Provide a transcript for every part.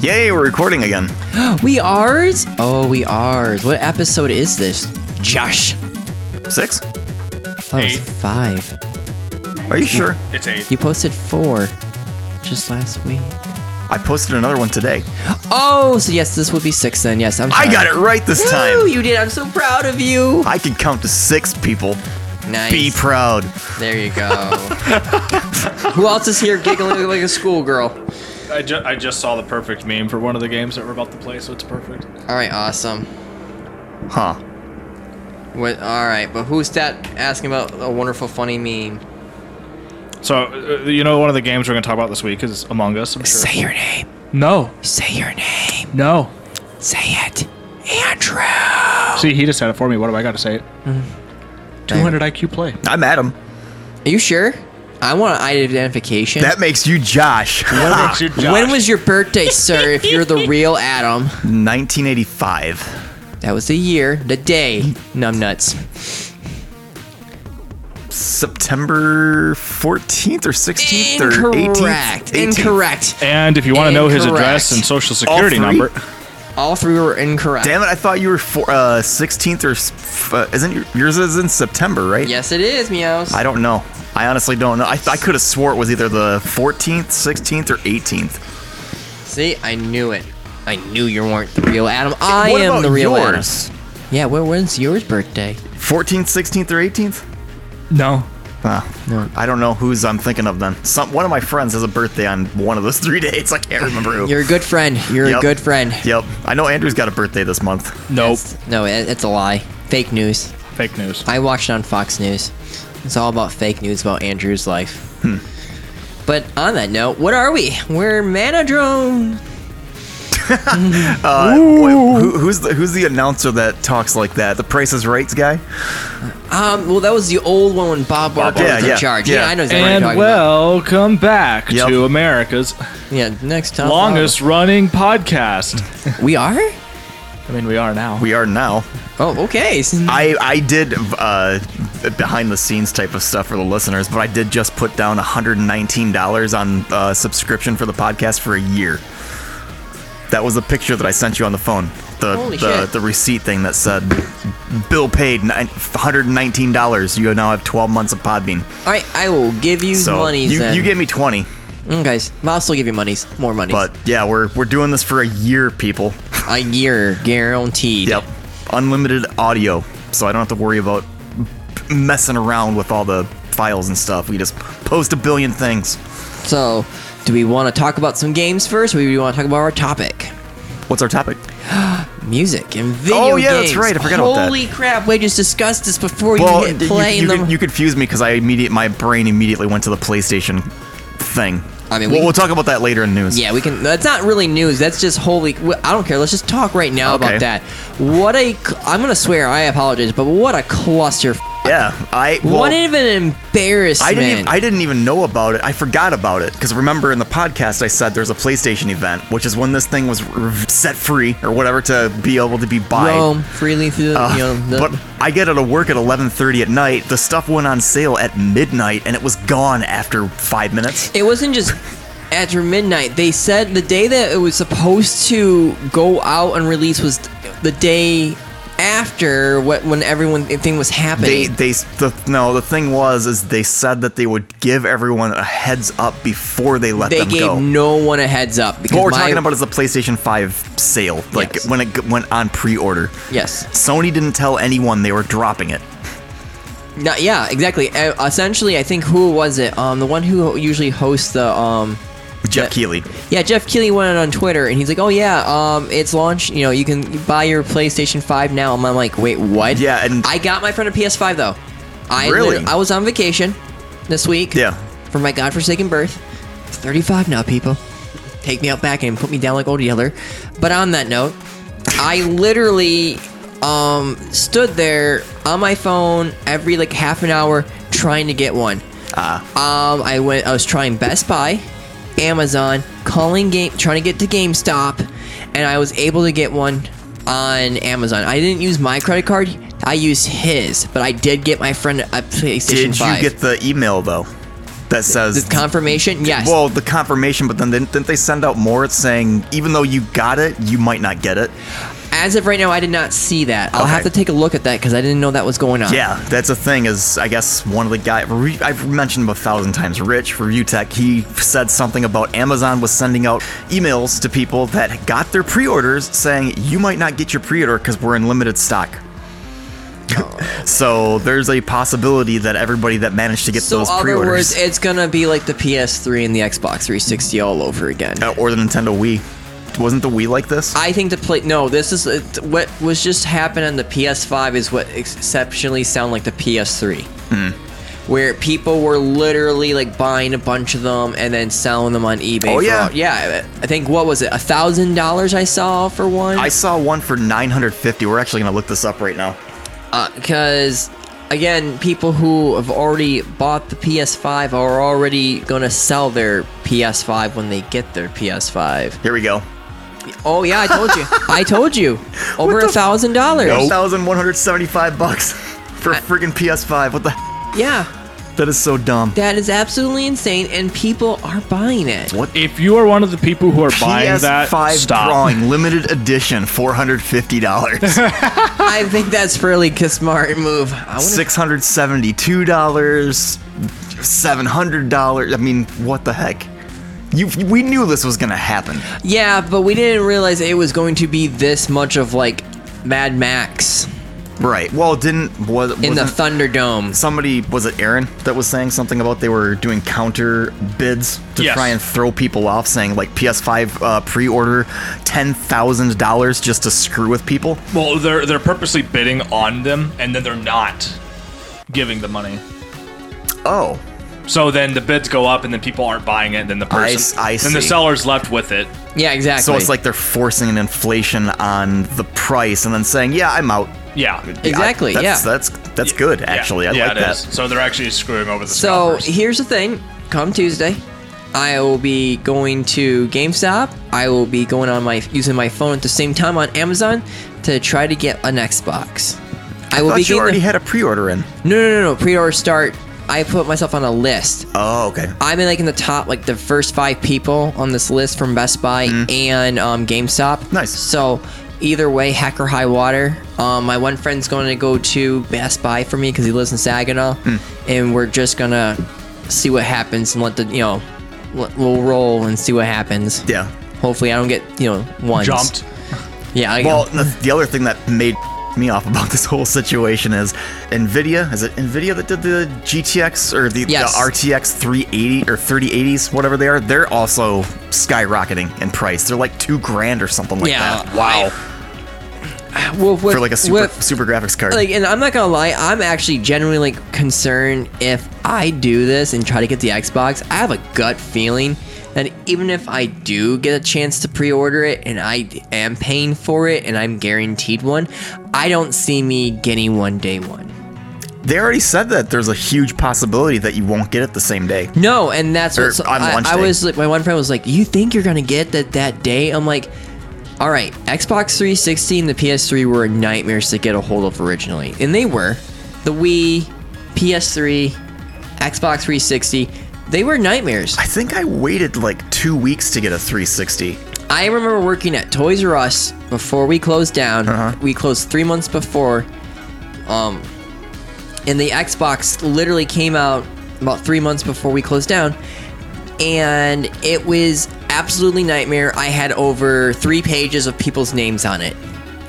Yay, we're recording again. We ours? Oh, we ours. What episode is this? Josh. Six? I thought it Eight. was five. Are you sure? It's eight. You posted four just last week. I posted another one today. Oh, so yes, this would be six then. Yes, I'm I sorry. got it right this Woo, time. you did. I'm so proud of you. I can count to six people. Nice. Be proud. there you go. Who else is here giggling like a schoolgirl? I, ju- I just saw the perfect meme for one of the games that we're about to play, so it's perfect. All right, awesome. Huh. What? All right, but who's that asking about a wonderful, funny meme? So, uh, you know, one of the games we're going to talk about this week is Among Us, I'm sure. your name. No, Say your name. no. Say it, Andrew. See, he just said it for me. What do I got to say it? 200 IQ play. I'm Adam. Are you sure? I want identification. That makes you Josh. What Ha. makes you Josh? When was your birthday, sir? if you're the real Adam, 1985. that was the year, the day. Numbnuts. September 14th or 16th or 18th? Incorrect. 18th. Incorrect. And if you want to know his Incorrect. address and social security three? number, All three were incorrect. Damn it, I thought you were four, uh, 16th or. s- f- Uh, isn't your, yours is in September, right? Yes, it is, meows. I don't know. I honestly don't know. I, I could have swore it was either the 14th, 16th, or 18th. See, I knew it. I knew you weren't the real Adam. I what am about the real yours? Adam. Yeah, where when's yours birthday? 14th, 16th, or 18th? no. Ah, No. I don't know whose I'm thinking of then. Some one of my friends has a birthday on one of those three days. I can't remember who. You're a good friend. You're a Yep. good friend. Yep. I know Andrew's got a birthday this month. Nope. No, it, it's a lie. Fake news. Fake news. I watched it on Fox News. It's all about fake news about Andrew's life. Hmm. But on that note, what are we? We're Manadrone. Uh, wait, who, who's the who's the announcer that talks like that? The Price is Right guy? Um, well, that was the old one when Bob Barker Barker. was Yeah, in yeah, charge. yeah. Yeah, I know exactly what And you're talking welcome back Yep. to America's about. Yeah, next time. longest running podcast. We are? I mean, we are now. We are now. Oh, okay. S- I I did uh, behind the scenes type of stuff for the listeners, but I did just put down $119 on uh, subscription for the podcast for a year. That was the picture that I sent you on the phone. The Holy the, shit. the receipt thing that said bill paid nine- $119. You now have 12 months of Podbean. All right, I will give you So monies you, then. you gave me 20, Mm, guys, I'll still give you monies. More monies. but yeah, we're we're doing this for a year, people. a year guaranteed. Yep. Unlimited audio, so I don't have to worry about messing around with all the files and stuff. We just post a billion things. So, do we want to talk about some games first, or do we want to talk about our topic? What's our topic? Music and video Oh, yeah, that's games. right, I forgot Holy about that. crap! We just discussed this before Well, you hit you, play. you, and you, then- you confused me because I immediate my brain immediately went to the PlayStation thing. I mean, we'll, we- we'll talk about that later in news. yeah, we can. That's not really news. That's just holy. w- I don't care. Let's just talk right now Okay. about that. What a. cl- I'm gonna swear. I apologize, but what a cluster. Yeah, I well, what an embarrassment. I didn't. Even, I didn't even know about it. I forgot about it because remember in the podcast I said there's a PlayStation event, which is when this thing was r- set free or whatever to be able to be bought. roam freely through the, you know, the Uh, but I get out of work at 11:30 at night. The stuff went on sale at midnight, and it was gone after five minutes. it wasn't just after midnight. They said the day that it was supposed to go out and release was the day after what when everyone thing was They, happening. they, the, no. The thing was, is they said that they would give everyone a heads up before they let They, them gave go. no one a heads up because what we're my- talking about is the PlayStation 5 sale, like Yes. when it g- went on pre-order. yes, Sony didn't tell anyone they were dropping it. No, yeah, exactly. Uh, essentially, I think who was it? Um, the one who usually hosts the um. Jeff That- Keeley. Yeah, Jeff Keighley went on Twitter and he's like, "Oh yeah, um, it's launched. You know, you can buy your PlayStation 5 now." And I'm like, "Wait, what?" Yeah, and- I got my friend a PS5 though. I Really? I was on vacation this week. Yeah. For my godforsaken birth. 35 now, people. Take me out back and put me down like old Yeller. But on that note, I literally um stood there on my phone every like half an hour trying to get one. Um, I went. I was trying Best Buy, Amazon, calling game, trying to get to GameStop, and I was able to get one on Amazon. I didn't use my credit card. I used his, but I did get my friend a PlayStation Did 5. you get the email though? that says The confirmation? Yes. Well, the confirmation, but then didn't, didn't they send out more saying even though you got it, you might not get it? As of right now, I did not see that. I'll have Okay. to take a look at that because I didn't know that was going on. Yeah, that's a thing. Is I guess one of the guy re- I've mentioned him a thousand times. Rich Review Tech. He said something about Amazon was sending out emails to people that got their pre-orders saying you might not get your pre-order because we're in limited stock. Oh. so there's a possibility that everybody that managed to get So, those other pre-orders words, it's gonna be like the PS3 and the Xbox 360 all over again. uh, or the Nintendo Wii wasn't the Wii like this? I think the play. No, this is it, what was just happened on the PS5 is what exceptionally sound like the PS3, Hmm. where people were literally like buying a bunch of them and then selling them on eBay. Oh, for yeah. all- yeah. I think what was it, a thousand dollars I saw for one. I saw one for 950. We're actually going to look this up right now. because Uh, again, people who have already bought the PS5 are already gonna sell their PS5 when they get their PS5. Here we go. Oh yeah, I told you. I told you, over a thousand dollars. 1,175 bucks for a freaking PS5. What the h- Yeah. That is so dumb. That is absolutely insane, and people are buying it. If you are one of the people who are buying that, PS5 stop. drawing limited edition, $450. I think that's really a smart move. I wonder, $672. $700. I mean, what the heck? You, we knew this was going to happen. yeah, but we didn't realize it was going to be this much of like Mad Max Right. Well, it didn't. Was, in the wasn't- Thunderdome. somebody was it Aaron that was saying something about they were doing counter bids to Yes. try and throw people off, saying like PS5 uh, pre-order ten thousand dollars just to screw with people. Well, they're they're purposely bidding on them, and then they're not giving the money. Oh, So then the bids go up, and then people aren't buying it. And then the I person, s- I then the see. seller's left with it. Yeah, exactly. so it's like they're forcing an inflation on the price and then saying, "Yeah, I'm out." Yeah, Exactly, I- that's, yeah. that's that's good actually. Yeah, I yeah, like it that. is. So they're actually screwing over the. So scalpers. here's the thing: come Tuesday, I will be going to GameStop. I will be going on my using my phone at the same time on Amazon to try to get an Xbox. I will Thought be you getting already the- had a pre-order in. No, no, no, no. Pre-order start. I put myself on a list. Oh, okay. I'm in like in the top, like the first five people on this list from Best Buy and um, GameStop. Mm-hmm. Nice. So either way, heck or high water. Um, my one friend's going to go to Best Buy for me because he lives in Saginaw, Mm. and we're just gonna see what happens and let the you know let- we'll roll and see what happens. Yeah. Hopefully, I don't get you know ones. jumped. Yeah. I, Well, the, the other thing that made me off about this whole situation is Nvidia. Is it Nvidia that did the GTX or the, Yes. the RTX 380 or 3080s, whatever they are? They're also skyrocketing in price. They're like two grand or something like Yeah. that wow. well, with- for like a super with- super graphics card. like and i'm not gonna lie i'm actually genuinely like concerned if i do this and try to get the xbox i have a gut feeling that even if i do get a chance to pre-order it and i am paying for it and i'm guaranteed one i don't see me getting one day one they already said that there's a huge possibility that you won't get it the same day. no and that's Or what so on I, launch I day. was like my one friend was like you think you're gonna get that that day i'm like all right xbox 360 and the ps3 were nightmares to get a hold of originally and they were the wii ps3 xbox 360 they were nightmares I think I waited like two weeks to get a 360. i remember working at toys r us before we closed down we closed three months before um, and the Xbox literally came out about three months before we closed down, and it was absolutely nightmare. I had over three pages of people's names on it.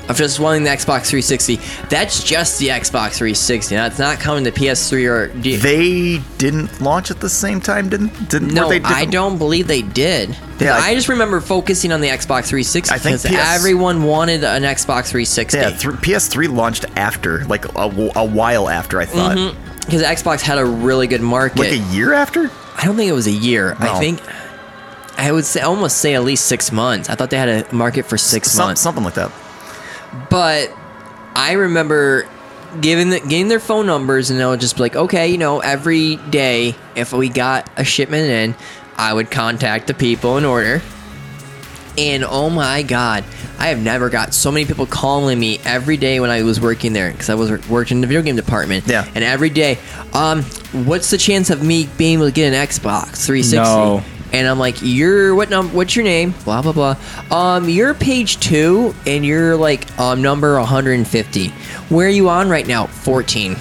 of just wanting the Xbox 360. That's just the Xbox 360. Now it's not coming to PS3 or. D- They didn't launch at the same time, didn't? Didn't? no, were they I different- don't believe they did. 'Cause Yeah, I- I just remember focusing on the Xbox 360 I think because PS everyone wanted an Xbox 360. Yeah, th- PS3 launched after, like a, w- a while after, I thought. because Xbox had a really good market. Like a year after? I don't think it was a year. No. I think I would say almost say at least six months. I thought they had a market for six Some, months, something like that. but I remember giving the, getting their phone numbers, and I would just be like, okay, you know, every day if we got a shipment in, I would contact the people in order, And oh my god, I have never got so many people calling me every day when I was working there because I was working in the video game department. Yeah. And every day, um, what's the chance of me being able to get an Xbox 360? No. And I'm like, you're what num? What's your name? Blah blah blah. Um, you're page two, and you're like um number 150. Where are you on right now? 14.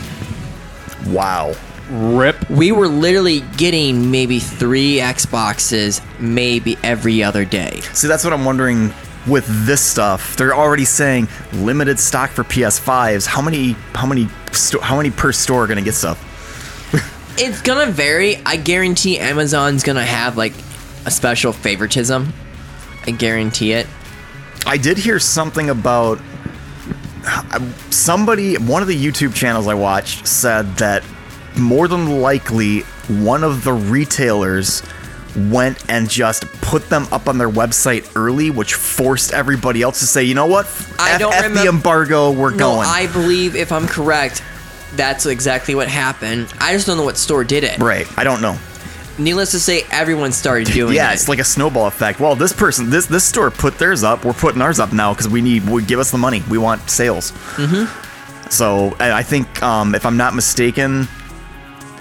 Wow. Rip. We were literally getting maybe three Xboxes, maybe every other day. See, that's what I'm wondering with this stuff. They're already saying limited stock for PS5s. How many? How many? Sto- how many per store are gonna get stuff? It's gonna vary. I guarantee Amazon's gonna have like a special favoritism. I guarantee it. I did hear something about somebody. One of the YouTube channels I watched said that more than likely one of the retailers went and just put them up on their website early, which forced everybody else to say, you know what, I F- don't F the remem- embargo. We're No, going. I believe if I'm correct, that's exactly what happened. I just don't know what store did it. right. I don't know. Needless to say, everyone started doing Yeah, it. it's like a snowball effect. Well, this person, this this store put theirs up. We're putting ours up now because we need. We give us the money. We want sales. Mm-hmm. So and I think, um, if I'm not mistaken,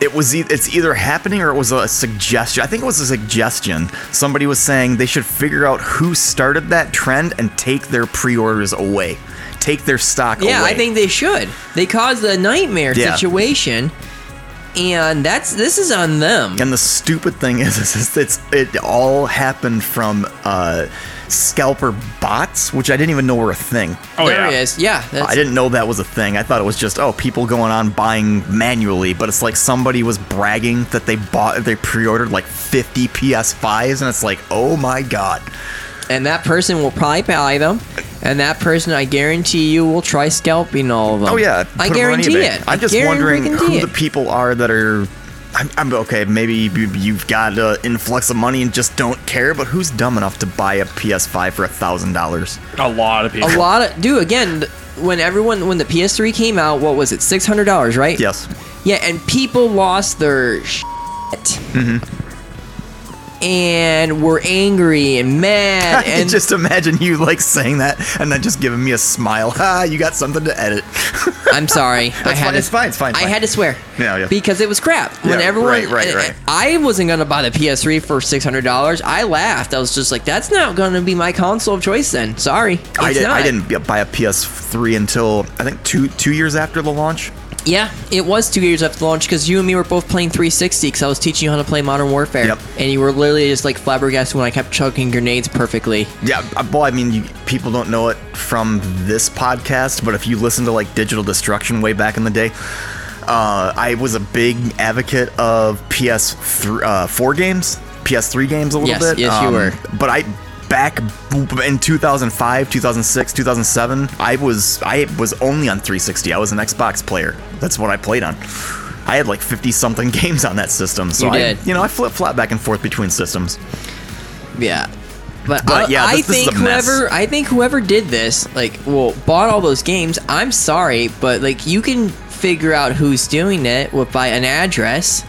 it was e- it's either happening or it was a suggestion. I think it was a suggestion. Somebody was saying they should figure out who started that trend and take their pre-orders away, take their stock away. yeah, I think they should. They caused a nightmare Yeah. situation, and that's this is on them. And the stupid thing is, is, is it's it all happened from uh, scalper bots, which I didn't even know were a thing. Oh there yeah. it is. Yeah, that's, I didn't know that was a thing. I thought it was just oh people going on buying manually, but it's like somebody was bragging that they bought they pre-ordered like 50 PS5s and it's like, "Oh my god." and that person will probably buy them, and that person, I guarantee you, will try scalping all of them. Oh yeah, I put 'em on guarantee eBay. it. I'm I just guarantee wondering who it. the people are that are I'm, I'm okay, maybe you- you've got an influx of money and just don't care, but who's dumb enough to buy a PS5 for a $1,000? A lot of people. a lot of dude again. th- When everyone, when the PS3 came out, what was it? Six hundred dollars, right? Yes. Yeah, and people lost their shit. And were angry and Mm-hmm. I mad can and just imagine you like saying that and then just giving me a smile. Ha, you got something to edit. I'm sorry. I That's had fine, to, it's fine, it's fine, it's I fine. had to swear. Yeah, yeah. Because it was crap. When Yeah, everyone, right, right, right. I, I wasn't gonna buy the PS3 for six hundred dollars. I laughed. I was just like, "That's not gonna be my console of choice." Then, sorry, it's I, did, not. I didn't b- buy a PS3 until I think two two years after the launch. Yeah, it was two years after launch because you and me were both playing 360 because I was teaching you how to play Modern Warfare, Yep. and you were literally just like flabbergasted when I kept chucking grenades perfectly. Yeah, I- well, I mean, you, people don't know it from this podcast, but if you listen to like Digital Destruction way back in the day, uh, I was a big advocate of PS4 uh, four games, PS3 games a little Yes, bit. um, yes, you were. But I back in 2005, 2006, 2007, I was I was only on 360. I was an Xbox player. That's what I played on. I had like 50 something games on that system. So You I, did. you know, I flip flop back and forth between systems. Yeah. But, But, I, yeah, I this- this is think a mess. whoever I think whoever did this, like, well, bought all those games. I'm sorry, but like, you can figure out who's doing it with by an address.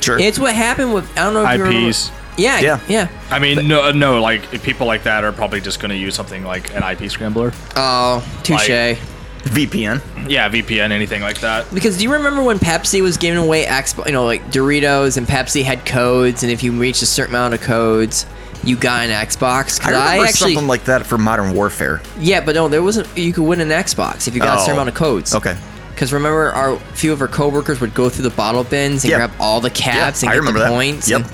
Sure. It's what happened with I don't know if you remember. IPs. Yeah, Yeah. yeah, yeah. I mean, no, no. Like people like that are probably just going to use something like an IP scrambler. Oh, touche. Like- VPN. Yeah, VPN, anything like that. because do you remember when Pepsi was giving away expo, you know, like Doritos and Pepsi had codes, and if you reached a certain amount of codes, you got an Xbox. 'Cause I remember actually, something like that for Modern Warfare. yeah, but no, there wasn't. You could win an Xbox if you got Oh. a certain amount of codes. Okay. Because remember, our few of our coworkers would go through the bottle bins and Yeah. grab all the caps Yeah, I and get remember the that. points. Yep. And,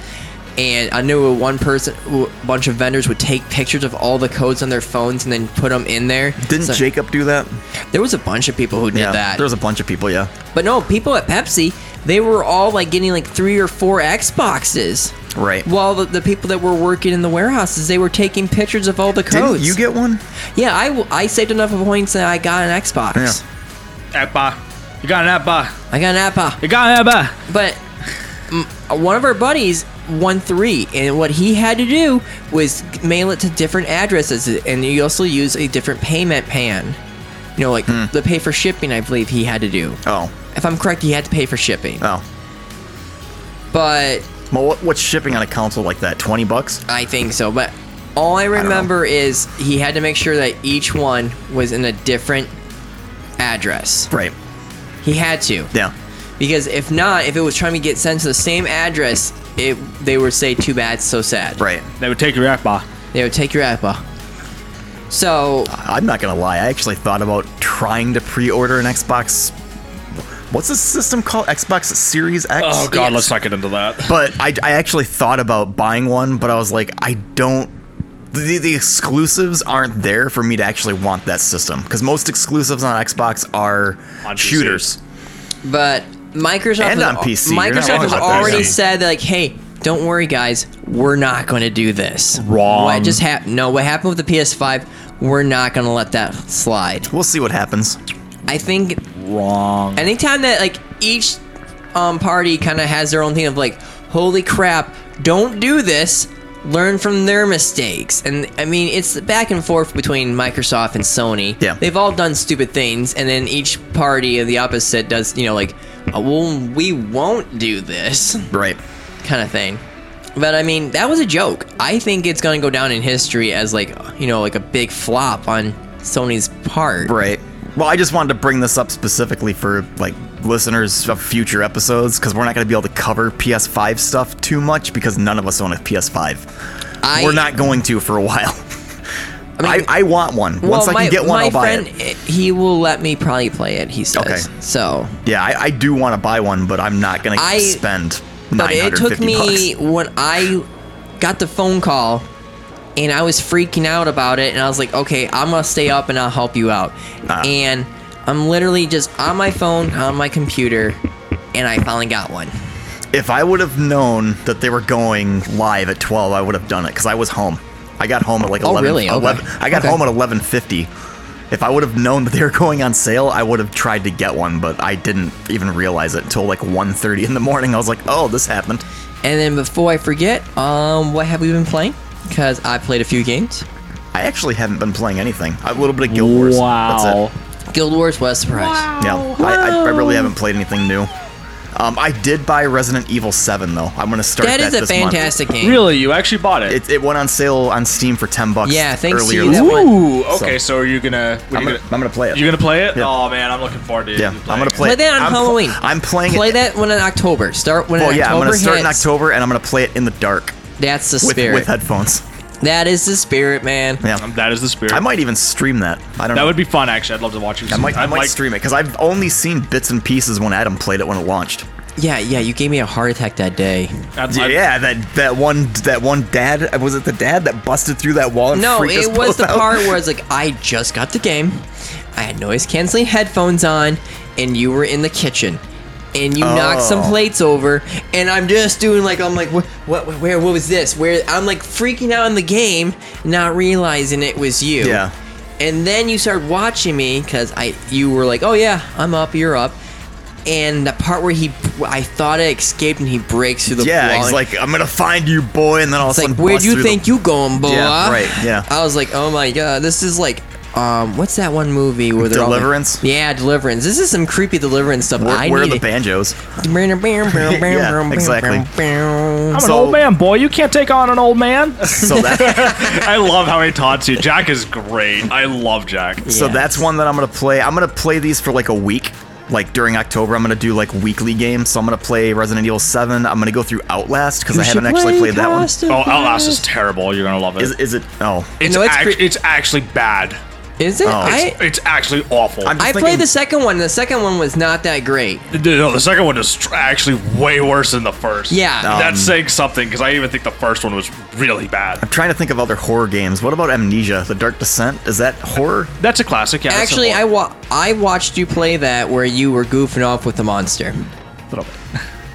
and I knew one person, a bunch of vendors would take pictures of all the codes on their phones and then put them in there. Didn't So- Jacob do that? There was a bunch of people who did that. There was a bunch of people, yeah. But no, people at Pepsi, they were all like getting like three or four Xboxes. Right. While the, the people that were working in the warehouses, they were taking pictures of all the Didn't codes. you get one? Yeah, I, w- I saved enough points that I got an Xbox. Yeah. Appa. You got an appa. I got an Appa. You got an appa. But mm, one of our buddies won three, and what he had to do was mail it to different addresses, and you also use a different payment pan. You know, like the pay for shipping, I believe he had to do. Oh. If I'm correct, he had to pay for shipping. Oh. But Well, what, what's shipping on a console like that? 20 bucks? I think so, but All I know. remember is he had to make sure that each one was in a different address. Right. He had to. Yeah. Because if not, if it was trying to get sent to the same address, it they would say too bad, so sad. Right. They would take your Akbar. They would take your apple. So I'm not gonna lie. I actually thought about trying to pre-order an Xbox. What's this system called? Xbox Series X. Oh god, Yes. let's not get into that. But I, I actually thought about buying one, but I was like, I don't. The, the exclusives aren't there for me to actually want that system because most exclusives on Xbox are On PC. shooters. but Microsoft And on has- PC, you're not Microsoft wrong has about that, already yeah. said that, like, hey, don't worry guys, we're not going to do this. Wrong. What just happened? No, what happened with the PS5? We're not going to let that slide. We'll see what happens. I think Wrong. anytime that like each um, party kind of has their own thing of like, holy crap, don't do this. Learn from their mistakes, and I mean it's the back and forth between Microsoft and Sony. Yeah. they've all done stupid things, and then each party of the opposite does you know like, oh, well we won't do this Right. kind of thing. But I mean that was a joke. I think it's gonna go down in history as like you know like a big flop on Sony's part. Right. Well, I just wanted to bring this up specifically for like listeners of future episodes because we're not going to be able to cover PS5 stuff too much because none of us own a PS5. I- we're not going to for a while. I, mean- I, want one. Once I can get one, I'll buy it. eh, He will let me probably play it. He says. Okay. So, Yeah, I, I do want to buy one, but I'm not going I- to spend but it 950 took me bucks. when I got the phone call, and I was freaking out about it, and I was like, okay, I'm gonna stay up and I'll help you out, Ah. and I'm literally just on my phone, on my computer, and I finally got one. If I would have known that they were going live at 12, I would have done it because I was home. I got home at like Oh, 11. really? Okay. 11 I got Okay. home at 11:50. If I would have known that they were going on sale, I would have tried to get one, but I didn't even realize it until like 1:30 in the morning. I was like, "Oh, this happened." And then before I forget, um, what have we been playing? Because I played a few games. I actually haven't been playing anything. A little bit of Guild Wars. That's it. Guild Wars was a surprise. Yeah, I, I, I really haven't played anything new. Um, I did buy Resident Evil 7 though. I'm gonna start that, That is a this month. fantastic game. Really, you actually bought it? It, it went on sale on Steam for 10 bucks. Yeah, thanks to earlier you, this that week. went- Ooh, okay, so, are you gonna, what are I'm you gonna, I'm gonna play it. You gonna play it? Yeah. Oh man, I'm looking forward to yeah, you I'm gonna playing play. Play it. that on I'm pl- Halloween. I'm playing Play it. that when in October. Start when Oh in yeah, I'm October gonna start in hits. October and I'm gonna play it in the dark That's the with spirit. with headphones. that is the spirit, man. Yeah, it. Um, that is the spirit. I might even stream that. I don't that know. would be fun, actually. I'd love to watch you. I might, I I'd might like- stream it because I've only seen bits and pieces when Adam played it when it launched. Yeah, yeah. You gave me a heart attack that day. I'd- Yeah, I'd- yeah, that that one that one dad was it the dad that busted through that wall? And No, freaked us it was both the out? part where it's like I just got the game, I had noise canceling headphones on, and you were in the kitchen, and you knocked some Oh. plates over, and I'm just doing like I'm like what what where what was this? Where I'm like freaking out in the game, not realizing it was you. Yeah. And then you started watching me because I you were like oh yeah I'm up you're up. And the part where he, I thought it escaped, and he breaks through the Yeah, wall. he's like, I'm gonna find you, boy, and then all It's of a like, sudden, where'd bust you through the- think you going, boy? Yeah, right, yeah. I was like, oh my god, this is like, um, what's that one movie where they're all like- Deliverance? yeah, Deliverance. This is some creepy Deliverance stuff. where, I where are need the banjos? yeah, exactly. I'm an So- old man, boy. You can't take on an old man. So that I love how he taunts you. Jack is great. I love Jack. So Yes. that's one that I'm gonna play. I'm gonna play these for like a week. Like during October, I'm gonna do like weekly games. So I'm gonna play Resident Evil 7. I'm gonna go through Outlast because I haven't actually played that one. Oh, Outlast is terrible. You're gonna love it. Is, is it? Oh, it's, No, it's act- cre- it's actually bad. Is it? I It's, it's actually awful. I'm just I played thinking- the second one. The second one was not that great. no, the second one is tr- actually way worse than the first. Yeah. Um, that's saying something because I even think the first one was really bad. I'm trying to think of other horror games. What about Amnesia: The Dark Descent? Is that horror? That's a classic. Yeah, that's Actually, a I wa- I watched you play that where you were goofing off with the monster. little bit.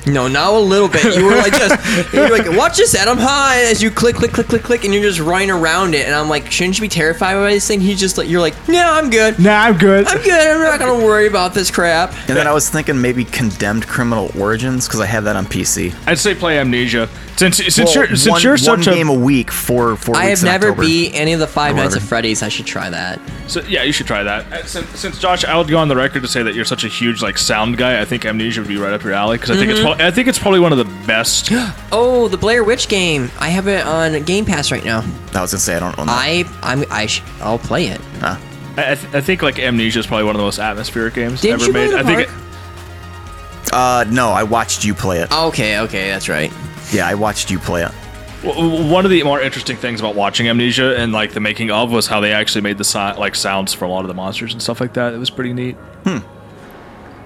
No, not a little bit. You were like this. You're like, watch this, Adam. Hi, as you click, click, click, click, click, and you're just running around it. And I'm like, shouldn't you be terrified by this thing? He's just like, you're like, no, I'm good. Nah, I'm good. I'm good. I'm not gonna worry about this crap. And then I was thinking maybe Condemned Criminal Origins because I have that on PC. I'd say play Amnesia since since Well, you're since one, you're one such game a, a week for four I weeks have in never October. beat any of the Five Nights Whatever. at Freddy's. I should try that. so, yeah, you should try that. Uh, Since, since Josh, I would go on the record to say that you're such a huge like sound guy. I think Amnesia would be right up your alley because I think it's Mm-hmm. pro- I think it's probably one of the best. Oh, the Blair Witch game. I have it on Game Pass right now. I was gonna say I don't own that. I I'm I sh- I'll play it. Huh. I, I th- I think like Amnesia is probably one of the most atmospheric games Didn't ever you play made. the I think park? Uh, no, I watched you play it. Okay, okay, that's right. Yeah, I watched you play it. W- w- One of the more interesting things about watching Amnesia and like the making of was how they actually made the so- like sounds for a lot of the monsters and stuff like that. It was pretty neat. Hmm.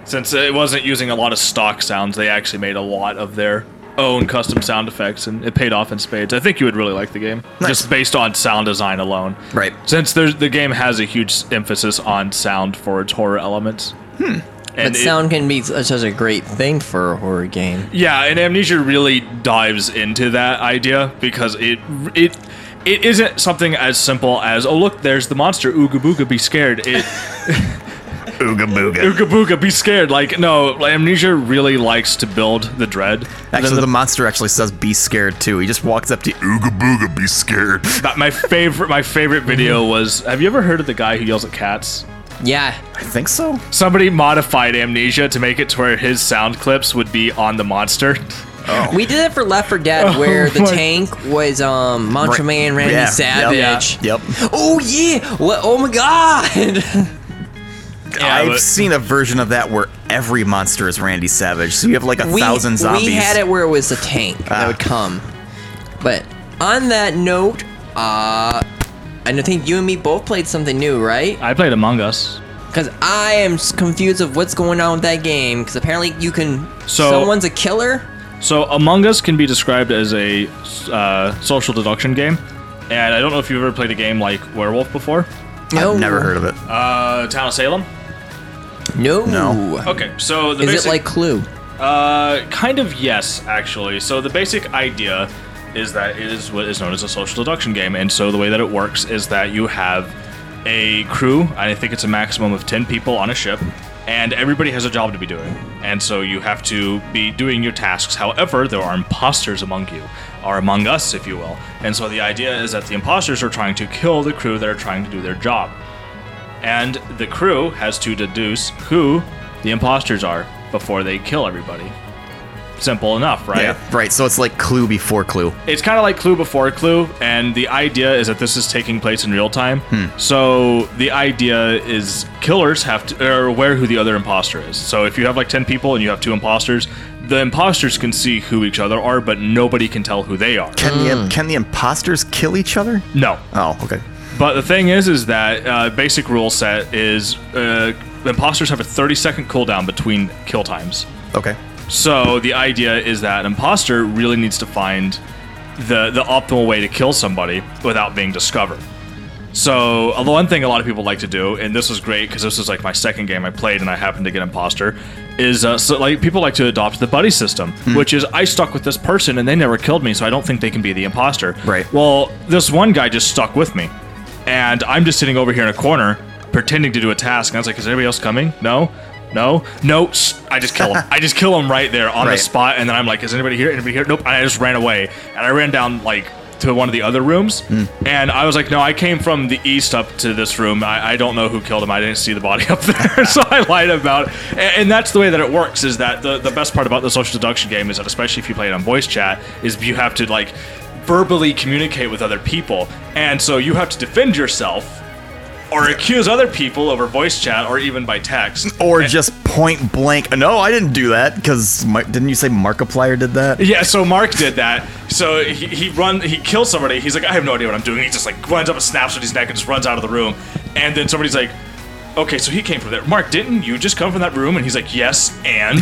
Since it wasn't using a lot of stock sounds, they actually made a lot of their own custom sound effects, and it paid off in spades. I think you would really like the game just based on sound design alone. Right. Since there's, the game has a huge emphasis on sound for its horror elements. Hmm. But sound can be such a great thing for a horror game. Yeah, and Amnesia really dives into that idea because it it it isn't something as simple as oh look, there's the monster. Ooga booga, be scared. It Ooga booga. ooga booga, be scared. Like no, Amnesia really likes to build the dread. And then Actually, the, monster actually says "be scared" too. He just walks up to you, Ooga booga, be scared. the- my favorite my favorite video was Have you ever heard of the guy who yells at cats? Yeah. I think so. Somebody modified Amnesia to make it to where his sound clips would be on the monster. We did it for Left 4 Dead where the my- tank was um Macho Right. Man Randy Yeah, yep, Savage. Yep. Oh yeah. What oh my god. Yeah, I've but- seen a version of that where every monster is Randy Savage. So you have like a we, thousand zombies. We had it where it was a tank that Ah. would come. But on that note, uh, and I think you and me both played something new, right? I played Among Us. Because I am s- confused of what's going on with that game. Because apparently you can. So- someone's a killer. So Among Us can be described as a uh, social deduction game, and I don't know if you've ever played a game like Werewolf before. No, I've never heard of it. Uh, Town of Salem. No. No. Okay, so the Is basic, it like Clue? uh, kind of yes, actually. So the basic idea is that it is what is known as a social deduction game, and so the way that it works is that you have a crew. and I think it's a maximum of ten people on a ship, and everybody has a job to be doing, and so you have to be doing your tasks. However, there are imposters among you, or among us, if you will, and so the idea is that the imposters are trying to kill the crew that are trying to do their job and the crew has to deduce who the imposters are before they kill everybody. Simple enough, right? Yeah. Right. So it's like Clue before Clue. It's kind of like Clue before Clue, and the idea is that this is taking place in real time. So the idea is killers have to are aware who the other imposter is. So if you have like ten people and you have two imposters, the imposters can see who each other are, but nobody can tell who they are. Can Mm. the can the imposters kill each other? No, Oh, okay. But the thing is, is that uh, basic rule set is uh, the imposters have a 30 second cooldown between kill times. Okay. So the idea is that an imposter really needs to find the the optimal way to kill somebody without being discovered. So uh, the one thing a lot of people like to do, and this was great because this was like my second game I played, and I happened to get imposter, is uh, so like people like to adopt the buddy system, which is I stuck with this person and they never killed me, so I don't think they can be the imposter. Right. Well, this one guy just stuck with me, and I'm just sitting over here in a corner pretending to do a task, and I was like, "Is anybody else coming? No." No, no, shh, I just kill him. I just kill him right there on the Right. spot, and then I'm like, "Is anybody here? Anybody here?" Nope. And I just ran away, and I ran down like to one of the other rooms, and I was like, "No, I came from the east up to this room. I, I don't know who killed him. I didn't see the body up there, so I lied about." It. And, and that's the way that it works. Is that the the best part about the social deduction game is that especially if you play it on voice chat, is you have to like verbally communicate with other people, and so you have to defend yourself. Or accuse other people over voice chat or even by text. Or just point blank. No, I didn't do that because didn't you say Markiplier did that? Yeah, so Mark did that. So he, he run he kills somebody. He's like, I have no idea what I'm doing. He just like runs up and snaps at his neck and just runs out of the room. And then somebody's like, Okay, so he came from there. Mark, didn't you just come from that room? And he's like, Yes, and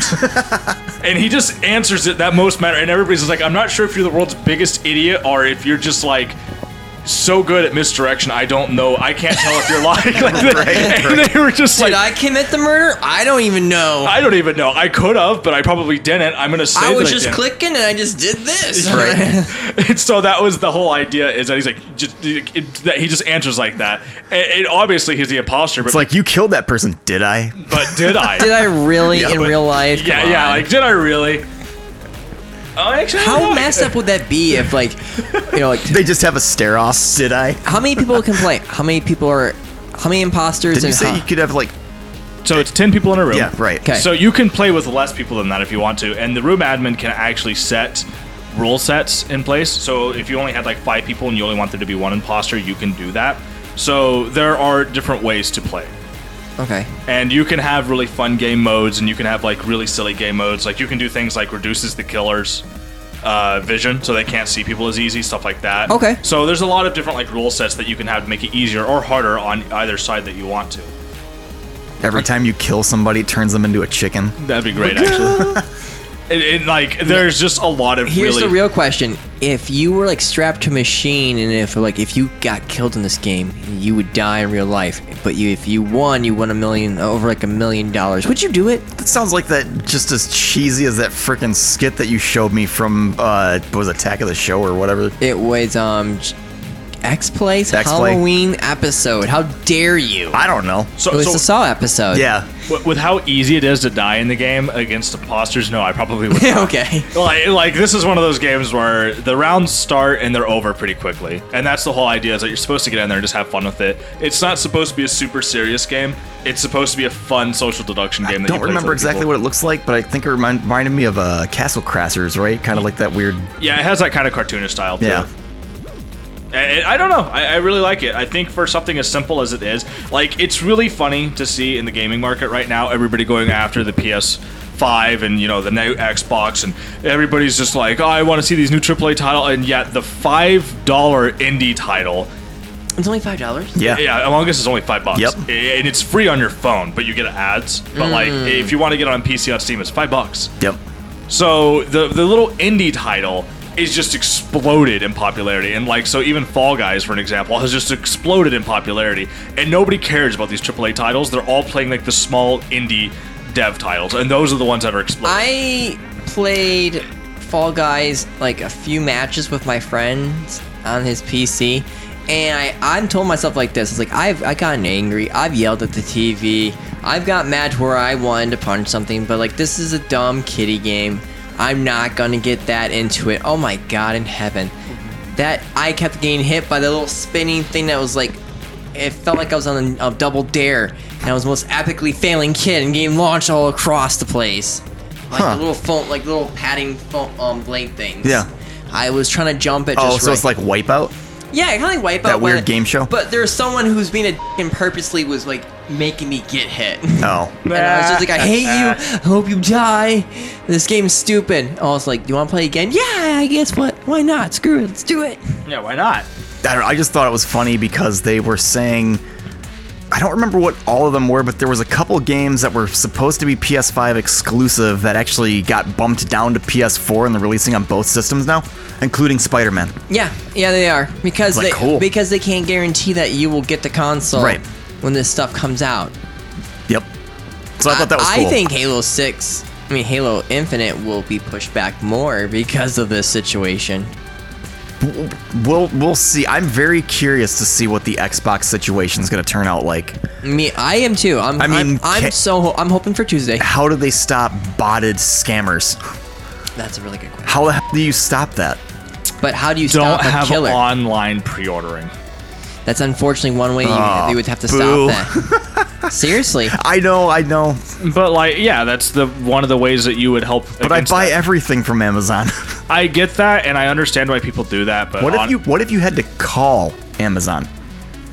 and he just answers it that most matter. And everybody's just like, I'm not sure if you're the world's biggest idiot or if you're just like so good at misdirection. I don't know. I can't tell if you're lying. like, and they were just Did like. I commit the murder? I don't even know. I, I don't even know. I could have, but I probably didn't. I'm gonna say that was I just didn't. clicking and I just did this. Right. And so that was the whole idea is that he's like just it, that he just answers like that. And, and obviously he's the imposter, but It's like you killed that person, did I? but did I? did I really Yeah, in but- real life? yeah, Come yeah. on. Like did I really? Oh, actually, I don't How know. messed up would that be if like, you know, like They just have a stare off. Did I? how many people can play? How many people are? How many imposters? Did you and say how- you could have like So it's ten people in a room. Yeah, right. 'Kay. So you can play with less people than that if you want to, and the room admin can actually set rule sets in place. So if you only had like five people and you only want there to be one imposter, you can do that. So there are different ways to play. Okay. And you can have really fun game modes, and you can have like really silly game modes. Like you can do things like reduces the killer's uh, vision, so they can't see people as easy, stuff like that. Okay. So there's a lot of different like rule sets that you can have to make it easier or harder on either side that you want to. Every time you kill somebody, it turns them into a chicken. That'd be great, actually. it, it, like there's just a lot of Here's really the real question: If you were like strapped to a machine, and if like if you got killed in this game, you would die in real life. But you, if you won, you won a million over like a million dollars. Would you do it? That sounds like that just as cheesy as that freaking skit that you showed me from uh what was it, Attack of the Show or whatever. It was um, X Plays X-Play. Halloween episode. How dare you? I don't know. so, it was so the Saw episode. Yeah. with, with how easy it is to die in the game against imposters. No, I probably would. not. okay. Like, like this is one of those games where the rounds start and they're over pretty quickly, and that's the whole idea is that you're supposed to get in there and just have fun with it. It's not supposed to be a super serious game. It's supposed to be a fun social deduction game. I that you don't play with remember other exactly people. what it looks like, but I think it remind, reminded me of uh, Castle Crashers, right? Kind of like that weird. Yeah, it has that kind of cartoonish style. To Yeah. It. I, I- I don't know. I, I really like it. I think for something as simple as it is, like it's really funny to see in the gaming market right now, everybody going after the PS5 and you know the new Xbox, and everybody's just like, oh, I want to see these new AAA title, and yet the five dollar indie title. It's only five dollars. Yeah. Yeah, Among Us is only five bucks. Yep. Hmm. I- And it's free on your phone, but you get ads. But like, if you want to get it on PC on Steam, it's five bucks. Yep. So the the little indie title is just exploded in popularity, and like so, even Fall Guys, for an example, has just exploded in popularity, and nobody cares about these AAA titles. They're all playing like the small indie dev titles, and those are the ones that are exploding. I played Fall Guys like a few matches with my friends on his PC, and I I'm told myself like this: it's like I've I gotten angry, I've yelled at the TV, I've got mad where I wanted to punch something, but like this is a dumb kitty game. I'm not gonna get that into it. Oh my god in heaven, that I kept getting hit by the little spinning thing that was like. It felt like I was on a, a double dare, and I was the most epically failing kid and getting launched all across the place like Huh. the little phone, like little padding phone, um, blade things. Yeah. I was trying to jump it. Just Oh, so right. it's like Wipeout. yeah, kind of like wipeout. that weird but- game show? But there's someone who's being a d- and purposely was like making me get hit. Oh, And I was just like, I hate you. I hope you die. This game's stupid. I was like, Do you want to play again? Yeah, I guess what? Why not? Screw it. Let's do it. yeah, why not? I don't know. I just thought it was funny because they were saying. I don't remember what all of them were, but there was a couple games that were supposed to be PS5 exclusive that actually got bumped down to PS4 and they're releasing on both systems now, including Spider-Man. Yeah, yeah, they are because Like, they cool. because they can't guarantee that you will get the console Right. when this stuff comes out. Yep. So I, thought that was I cool. think Halo 6, I mean, Halo Infinite will be pushed back more because of this situation. we'll we'll see. I'm very curious to see what the Xbox situation is going to turn out like. I mean, I am too. I'm, I I mean, mean, I'm, ca- I'm so, ho- I'm hoping for Tuesday. How do they stop botted scammers? That's a really good question. How the hell do you stop that? But how do you Don't stop a have killer? online pre-ordering. That's unfortunately one way you, Aw, you would have to Ah, boo. stop that. Seriously. I know, I know, But like, yeah, that's the one of the ways that you would help. but I buy everything from Amazon. I get that, and I understand why people do that. But what on- if you what if you had to call Amazon?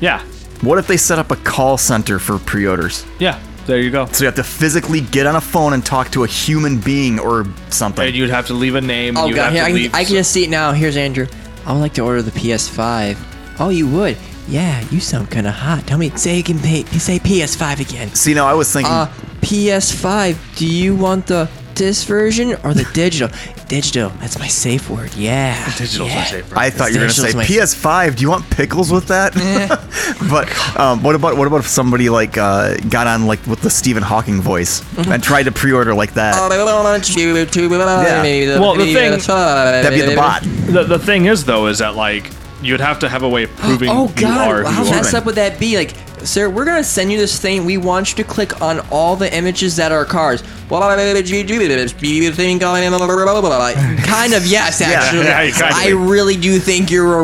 Yeah, What if they set up a call center for pre-orders? yeah. There you go. So you have to physically get on a phone and talk to a human being or something. And you'd have to leave a name. Oh you'd god, have here, to I, leave can, I can just see it now. Here's Andrew. I would like to order the PS5. Oh, you would? Yeah, you sound kind of hot. Tell me, say you can pay, say PS5 again. See, no, I was thinking uh, PS5, do you want the this version or the digital? digital, that's my safe word. Yeah. Digital's yeah. my favorite. I thought you were gonna Essentials say my- PS5. Do you want pickles with that? but um, what about what about if somebody like uh, got on like with the Stephen Hawking voice Mm-hmm. and tried to pre-order like that? Uh, Well, the thing- That'd be the bot. The, the thing is, though, is that like you'd have to have a way of proving Oh you are god, who how you are. messed up would that be? Like, Sir, we're gonna send you this thing. We want you to click on all the images that are cars. Kind of yes, actually. yeah, kind of. I really do think you're a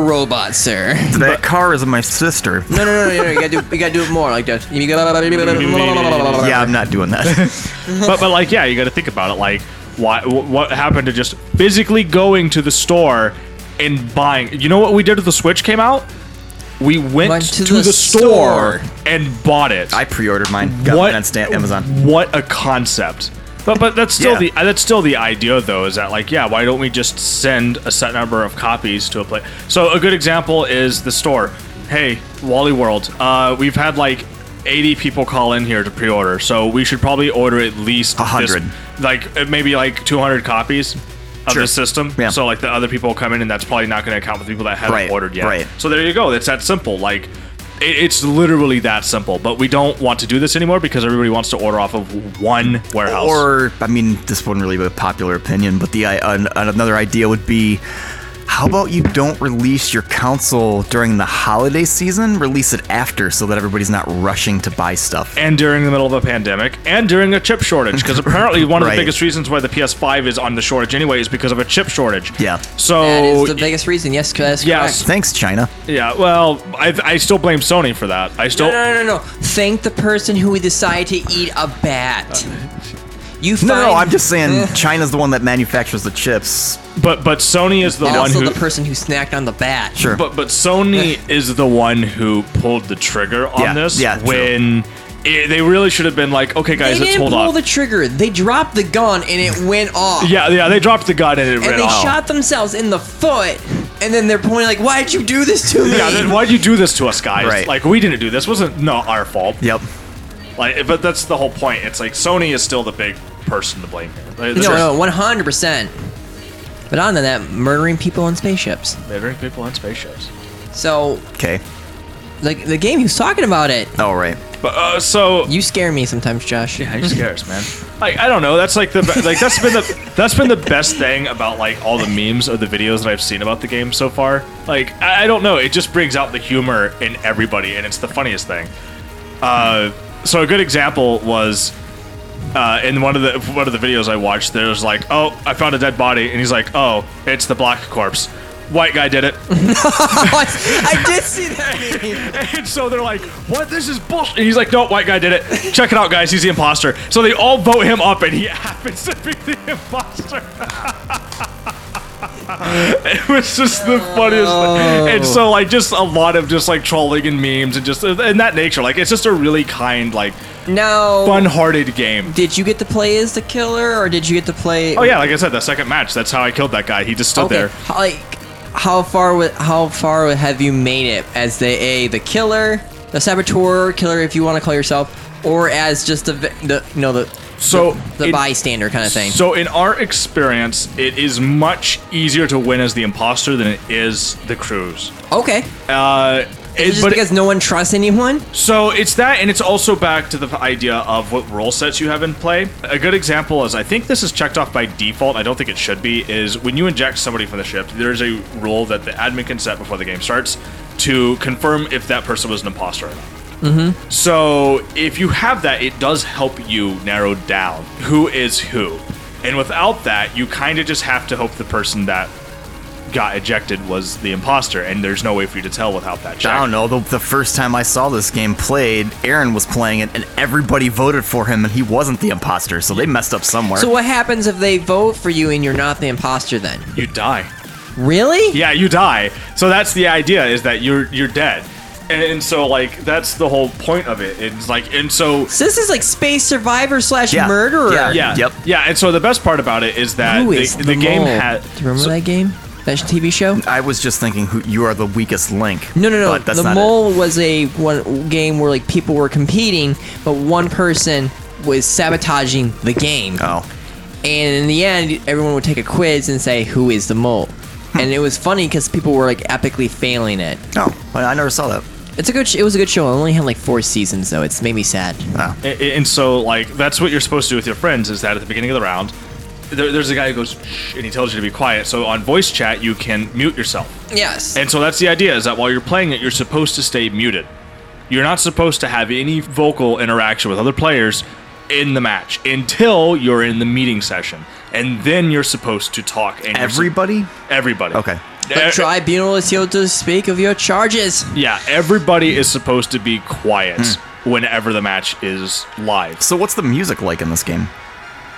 robot, sir. That car is my sister. No, no, no, no, no. You gotta do, you gotta do it more like that. You go- Yeah, I'm not doing that. but but like yeah, you got to think about it. Like why wh- what happened to just physically going to the store and buying? You know what we did when the Switch came out? We went, to, the, store, store. and bought it. I pre-ordered mine. Got mine on Stan- Amazon. What a concept. But but that's still Yeah. the uh, that's still the idea though is that like yeah why don't we just send a set number of copies to a place? So a good example is the store. Hey, Wally World. Uh, we've had like 80 people call in here to pre-order, so we should probably order at least this- 100. like uh, maybe like 200 copies of Sure. the system. Yeah. So like the other people come in and that's probably not going to account for the people that haven't Right, ordered yet. right. So there you go. It's that simple. Like, it, it's literally that simple. But we don't want to do this anymore because everybody wants to order off of one warehouse. Or, I mean, this wouldn't really be a popular opinion, but the uh, an, another idea would be, how about you don't release your console during the holiday season? Release it after, so that everybody's not rushing to buy stuff. and during the middle of a pandemic, and during a chip shortage, because apparently one of Right. the biggest reasons why the PS5 is on the shortage anyway is because of a chip shortage. Yeah. So That is the biggest reason. Yes, that's Yes. correct. Thanks, China. yeah, well, I, I still blame Sony for that. I still No, no, no, no, no. Thank the person who decided to eat a bat. Uh, You find No, no, I'm just saying China's the one that manufactures the chips. but but Sony is the and one also who the person who snacked on the bat. Sure. But but Sony is the one who pulled the trigger on Yeah, this yeah, true. when it, they really should have been like, okay, guys, they let's didn't hold pull off. the trigger. They dropped the gun and it went off. yeah, yeah, they dropped the gun and it And ran they off. shot themselves in the foot. And then they're pointing like, "Why did you do this to me?" yeah, then why'd you do this to us, guys? Right. Like we didn't do this. wasn't not our fault. Yep. Like, but that's the whole point. It's like Sony is still the big person to blame here. Like, no, they're- no, one hundred percent. But on to that, murdering people on spaceships. They bring people on spaceships. So, Okay. like the game, he was talking about it. All right. But uh, so You scare me sometimes, Josh. Yeah, he scares, man. Like I don't know. That's like the be- like that's been the that's been the best thing about like all the memes of the videos that I've seen about the game so far. Like I, I don't know. It just brings out the humor in everybody, and it's the funniest thing. Uh, so a good example was. Uh, in one of the one of the videos I watched, there was like, "Oh, I found a dead body," and he's like, "Oh, it's the black corpse. White guy did it." I did see that. meme. And so they're like, "What? This is bullshit." And he's like, "No, white guy did it. Check it out, guys. He's the imposter." So they all vote him up, and he happens to be the imposter. it was just the funniest. thing. And so, like, just a lot of just like trolling and memes and just in that nature. Like, it's just a really kind, like, Now, fun-hearted game. did you get to play as the killer, or did you get to play? Oh yeah, like I said, the second match. That's how I killed that guy. He just stood Okay. there. How, like, how far? wa- How far have you made it as the a the killer, the saboteur, killer, if you want to call yourself, or as just the vi- the you know the So the in- bystander kind of thing? So in our experience, it is much easier to win as the imposter than it is the cruise. okay. Uh, it- Is it just but because no one trusts anyone? so it's that, and it's also back to the idea of what role sets you have in play. A good example is I think this is checked off by default. I don't think it should be. Is when you inject somebody from the ship, there's a rule that the admin can set before the game starts to confirm if that person was an imposter or not. So if you have that, it does help you narrow down who is who. And without that, you kind of just have to hope the person that got ejected was the imposter, and there's no way for you to tell without that. Check. I don't know. The, the first time I saw this game played, Aaron was playing it, and everybody voted for him, and he wasn't the imposter, so they messed up somewhere. So what happens if they vote for you and you're not the imposter then? You die. Really? yeah you die so that's the idea is that you're you're dead and, and so like that's the whole point of it it's like and so So this is like space survivor slash Yeah. murderer. Yeah. yeah Yep. yeah and so the best part about it is that Who the, is the game mole? had Do you remember that game? That TV show? I was just thinking, who you are the weakest link. No, no, no. But that's the not it. mole was a one game where like people were competing, but one person was sabotaging the game. Oh, And in the end, everyone would take a quiz and say, "Who is the mole?" Hmm. and it was funny because people were like epically failing it. oh, I I never saw that. It's a good. Sh- it was a good show. It only had like four seasons though. It's made me sad. Oh. A- a- and so like that's what you're supposed to do with your friends is that at the beginning of the round there, there's a guy who goes Shh, and he tells you to be quiet so on voice chat you can mute yourself Yes. And so that's the idea is that while you're playing it, you're supposed to stay muted. You're not supposed to have any vocal interaction with other players in the match until you're in the meeting session, and then you're supposed to talk. And you're sup- Everybody? everybody. Okay. The E- tribunal is here to speak of your charges. yeah, everybody is supposed to be quiet Hmm. whenever the match is live. So what's the music like in this game?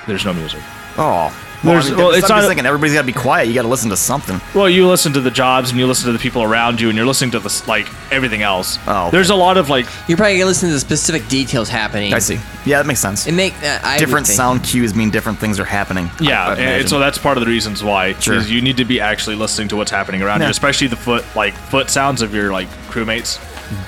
There's no music. Oh. Well, There's- I mean, well, it's it's I'm just not- thinking everybody's got to be quiet. You got to listen to something. Well, you listen to the jobs and you listen to the people around you and you're listening to the s- like everything else. Oh, okay. There's a lot of like You're probably gonna listen to the specific details happening. I see. Yeah, that makes sense. It make uh, I would different think. sound cues mean different things are happening. I- yeah, I'd and- and imagine. so that's part of the reasons why Sure. is you need to be actually listening to what's happening around Yeah. you, especially the foot like foot sounds of your like crewmates.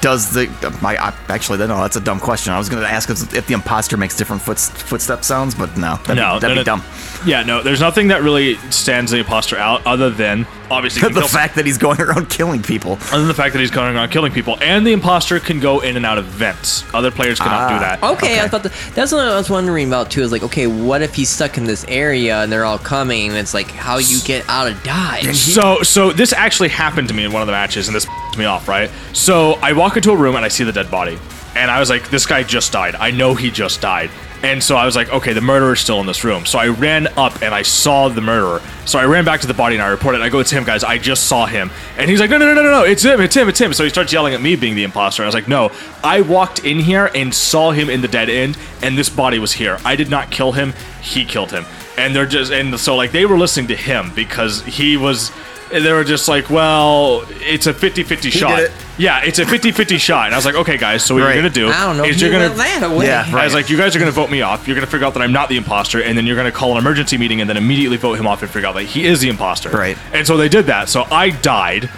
does the my I, actually no that's a dumb question. I was going to ask if, if the imposter makes different foot, footstep sounds, but no, that'd no, be, that'd no, be no. dumb. Yeah, no, there's nothing that really stands the imposter out other than obviously he the can kill- fact that he's going around killing people. other than the fact that he's going around killing people, and the imposter can go in and out of vents. Other players cannot do Ah. that. Okay, I Okay. thought the, that's what I was wondering about too. Is like, okay, what if he's stuck in this area and they're all coming? And it's like, how you get out of dodge? So, so this actually happened to me in one of the matches, and this pissed me off, right? So I walk into a room and I see the dead body, and I was like, "This guy just died. I know he just died." And so I was like, "Okay, the murderer's still in this room." So I ran up and I saw the murderer. So I ran back to the body and I reported. I go, "It's him, guys. I just saw him." And he's like, "No, no, no, no, no, no! It's him! It's him! It's him!" So he starts yelling at me being the imposter. I was like, "No, I walked in here and saw him in the dead end, and this body was here. I did not kill him. He killed him." And they're just and so like they were listening to him because he was and they were just like, well, it's a 50 50 shot. did it. Yeah, it's a 50 50 shot. And I was like, okay, guys, so what Right. you're going to do I don't know. is if you're you going will to. that away. Yeah, I was like, you guys are going to vote me off. You're going to figure out that I'm not the imposter, and then you're going to call an emergency meeting and then immediately vote him off and figure out that he is the imposter. Right. And so they did that. So I died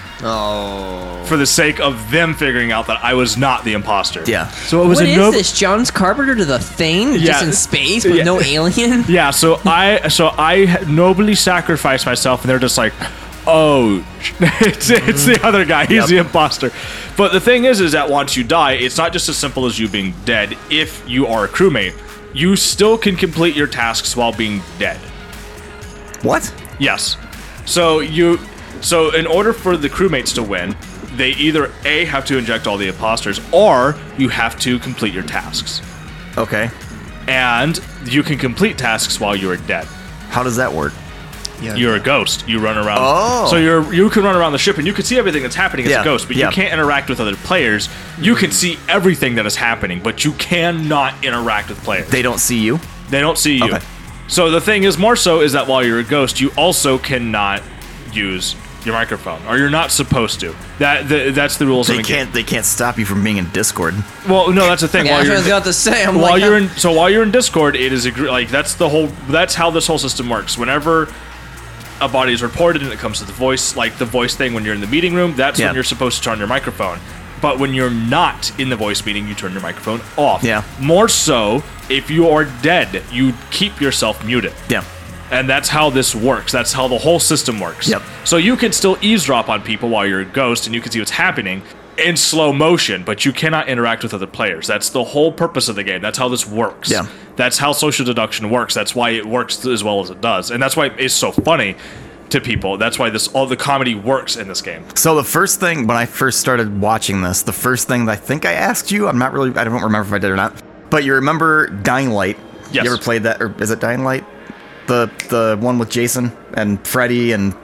Oh. for the sake of them figuring out that I was not the imposter. Yeah. So it was What a is no. this? John's Carpenter to the thing, Yeah. just in space with Yeah. no alien. Yeah, so I so I nobly sacrificed myself, and they're just like, oh, it's, it's the other guy. He's Yep. the imposter. But the thing is, is that once you die, it's not just as simple as you being dead. If you are a crewmate, you still can complete your tasks while being dead. What? Yes. So you so in order for the crewmates to win, they either a have to inject all the imposters, or you have to complete your tasks, Okay. and you can complete tasks while you are dead. How does that work? You're a ghost. You run around. Oh. So you're you can run around the ship and you can see everything that's happening as Yeah, a ghost, but yeah. you can't interact with other players. You can see everything that is happening, but you cannot interact with players. They, They don't see you. don't see you. Okay. So the thing is more so is that while you're a ghost, you also cannot use your microphone, or you're not supposed to. That the, that's the rules. They of the can't. They can't stop you from being in Discord. Game. Well, no, that's the thing. Yeah, while that's what I you're was about to say. I'm while like, uh, you're in so while you're in discord it is agree- like that's the whole that's how this whole system works whenever a body is reported and it comes to the voice like the voice thing when you're in the meeting room that's Yeah. when you're supposed to turn your microphone but when you're not in the voice meeting you turn your microphone off Yeah. more so if you are dead you keep yourself muted Yeah. and that's how this works. That's how the whole system works. Yep. So you can still eavesdrop on people while you're a ghost and you can see what's happening in slow motion, but you cannot interact with other players. That's the whole purpose of the game. That's how this works. Yeah. That's how social deduction works. That's why it works as well as it does. And that's why it's so funny to people. That's why this all the comedy works in this game. So the first thing when I first started watching this, the first thing that I think I asked you, I'm not really. I don't remember if I did or not. But you remember Dying Light? Yes. You ever played that, or is it Dying Light? The the one with Jason and Freddy and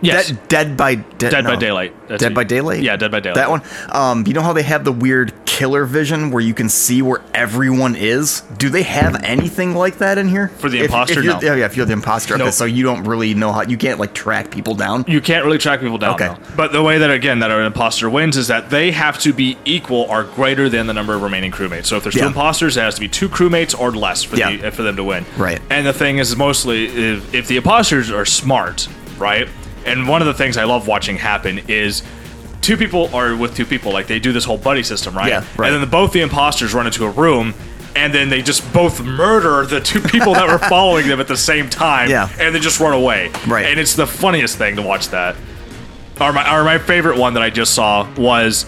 Yes. Dead, Dead by Dead, Dead by no. Daylight. That's Dead it. by Daylight. Yeah, Dead by Daylight. That one. Um, you know how they have the weird killer vision where you can see where everyone is. Do they have anything like that in here For the If- if imposter, you're- Oh, no. Yeah, yeah, if you're the imposter. Okay, Nope. so you don't really know how you can't like track people down. You can't really track people down. Okay. though. But the way that again that an imposter wins is that they have to be equal or greater than the number of remaining crewmates. So if there's Yeah. two imposters, it has to be two crewmates or less for Yeah. the, for them to win. Right. And the thing is mostly if, if the imposters are smart, right? And one of the things I love watching happen is two people are with two people like they do this whole buddy system, right? Yeah, right. And then the, both the imposters run into a room and then they just both murder the two people that were following them at the same time Yeah. and they just run away. Right. And it's the funniest thing to watch that. Or my, or my favorite one that I just saw was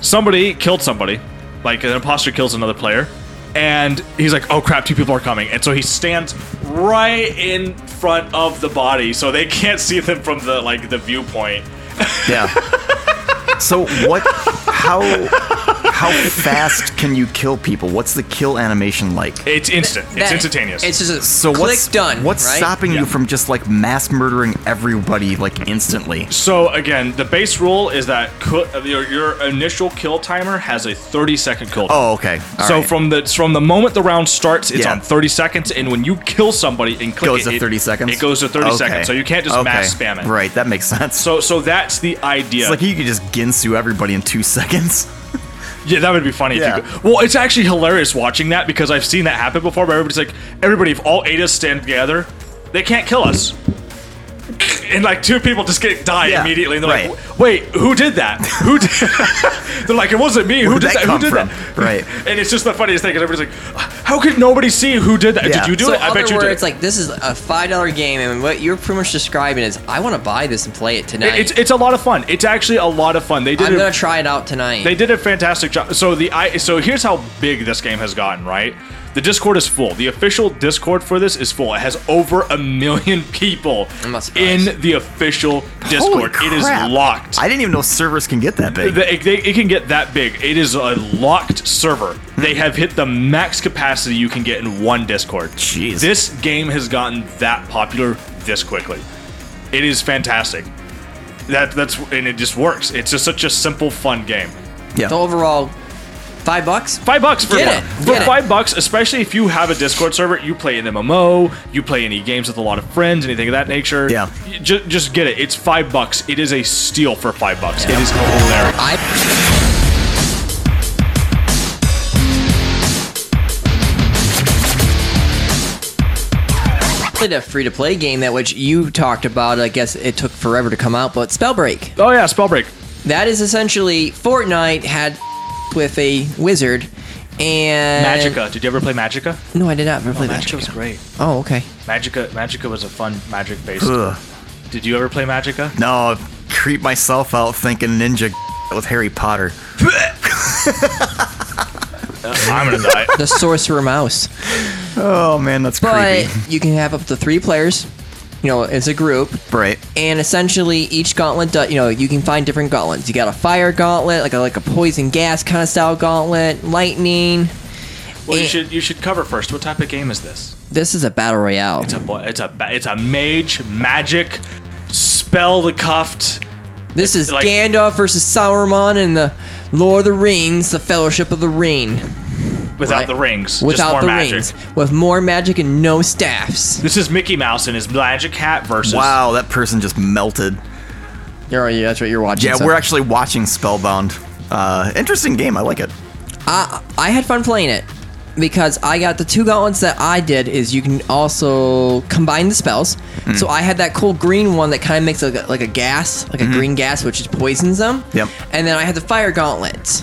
somebody killed somebody, like an imposter kills another player, and he's like, "Oh crap, two people are coming," and so he stands right in front of the body, so they can't see them from the like the viewpoint. Yeah. so what? How? how fast can you kill people? What's the kill animation like? It's instant. It's That- instantaneous. It's just a So click what's done. What's right? stopping Yeah. you from just like mass murdering everybody like instantly? so again, the base rule is that co- your, your initial kill timer has a 30 second kill. time. Oh, okay. All so right. from the from the moment the round starts, it's Yeah. on 30 seconds, and when you kill somebody and click goes it, to it- 30 seconds. It goes to 30 Okay. seconds. So you can't just mass Okay. spam it. Right, that makes sense. So so that's the idea. it's like you could just Ginsu everybody in two seconds. Yeah, that would be funny. Yeah. If you could. Well, it's actually hilarious watching that because I've seen that happen before. But everybody's like, everybody, if all eight of us stand together, they can't kill us. And like two people just get die Yeah, immediately, and they're right. like, "Wait, who did that? Who?" Did-? they're like, "It wasn't me. who did did that that? come Who did from?" that?" Right. And it's just the funniest thing because everybody's like, "How could nobody see who did that? Yeah. Did you do so it? I bet other you words, did." like this is a five dollar game, and what you're pretty much describing is, I want to buy this and play it tonight. It- it's it's a lot of fun. It's actually a lot of fun. They did I'm a- gonna try it out tonight. They did a fantastic job. So the I so here's how big this game has gotten, right? The Discord is full. The official Discord for this is full. It has over a million people I'm not surprised. in the official Holy Discord. It is crap. locked. I didn't even know servers can get that big. The- it, they- it can get that big. It is a locked server. Hmm. They have hit the max capacity you can get in one Discord. Jeez. This game has gotten that popular this quickly. It is fantastic. That that's and it just works. It's just such a simple, fun game. yeah. so overall, five bucks. Five bucks for Get one. it, For get it. five bucks, especially if you have a Discord server, you play an MMO, you play any games with a lot of friends, anything of that nature. Yeah. Just, just get it. It's five bucks. It is a steal for five bucks. It is hilarious. I played a free to play game that which you talked about. I guess it took forever to come out, but Spellbreak. Oh yeah, Spellbreak. That is essentially Fortnite had with a wizard and Magica. Did you ever play Magica? No, I did not ever play Magica was Magica. great. Oh, okay. Magica Magica was a fun magic based. Ugh. Did you ever play Magica? No, I creep myself out thinking ninja with Harry Potter. I'm gonna die. The Sorcerer Mouse. Oh man, that's But creepy. you can have up to three players. You know, as a group. Right. and essentially each gauntlet does, you know you can find different gauntlets you got a fire gauntlet like a like a poison gas kind of style gauntlet lightning Well, you Eh. should you should cover first. What type of game is this? this is a battle royale It's a bo- it's a ba- it's a mage magic spell the cuffed. this is like- gandalf versus sauron and the lord of the rings the fellowship of the ring Without Right. the rings, just without more the magic. rings with more magic and no staffs This is Mickey Mouse and his magic hat versus. Wow, that person just melted. yeah yeah that's what you're watching Yeah, so- we're actually watching Spellbound. Uh, interesting game. I like it. I, I had fun playing it because I got the two gauntlets that I did is you can also combine the spells. So I had that cool green one that kind of makes like a, like a gas, like a green gas, which just poisons them. Yep. And then I had the fire gauntlets.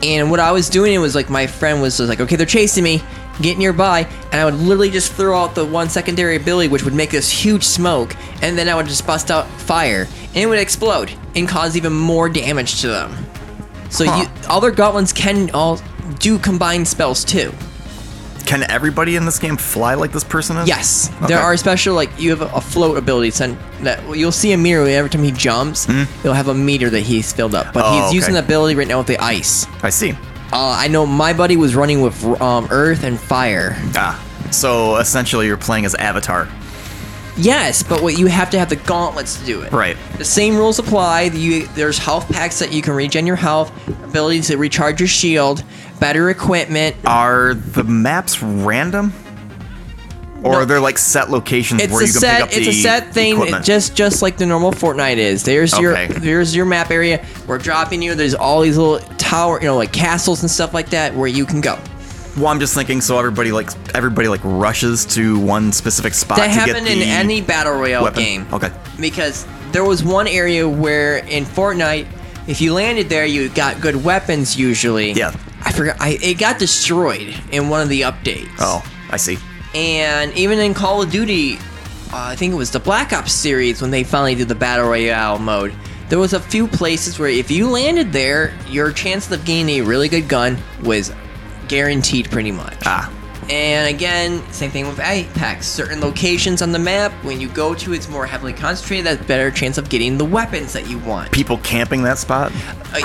And what I was doing it was like my friend was just like, okay, they're chasing me, get nearby, and I would literally just throw out the one secondary ability, which would make this huge smoke, and then I would just bust out fire, and it would explode and cause even more damage to them. So Huh. you other goblins can all do combined spells too. Can everybody in this game fly like this person is? Yes, Okay. there are special like you have a float ability. Send that well, you'll see a meter every time he jumps. You'll have a meter that he's filled up, but Hmm? Oh, he's okay. using the ability right now with the ice. I see. Uh, I know my buddy was running with um, earth and fire. Ah, so essentially you're playing as Avatar. Yes, but what you have to have the gauntlets to do it. Right. The same rules apply. You, there's health packs that you can regen your health, ability to recharge your shield, better equipment. Are the maps random? Or are there like set locations It's where a you can pick up set. the It's a set thing. equipment? It just just like the normal Fortnite is. There's your Okay. there's your map area. We're dropping you. There's all these little tower, you know, like castles and stuff like that where you can go. well, I'm just thinking. So everybody like everybody like rushes to one specific spot That to happened get in the any battle royale weapon. game. Okay. Because there was one area where in Fortnite, if you landed there, you got good weapons usually. Yeah. I forgot. I it got destroyed in one of the updates. Oh, I see. And even in Call of Duty, uh, I think it was the Black Ops series when they finally did the battle royale mode. There was a few places where if you landed there, your chance of gaining a really good gun was guaranteed, pretty much. Ah, And again, same thing with Apex. Certain locations on the map, when you go to, it's more heavily concentrated. That's better chance of getting the weapons that you want. People camping that spot? Uh,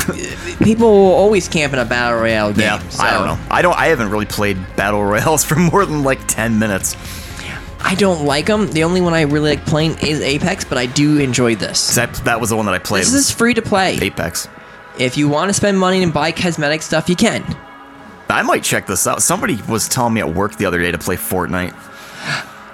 People will always camp in a battle royale game. Yeah, so I don't know. I don't. I haven't really played battle royales for more than like ten minutes. I don't like them. The only one I really like playing is Apex, but I do enjoy this. 'Cause That, that was the one that I played. This was is free to play. Apex. If you want to spend money and buy cosmetic stuff, you can. I might check this out. Somebody was telling me at work the other day to play Fortnite.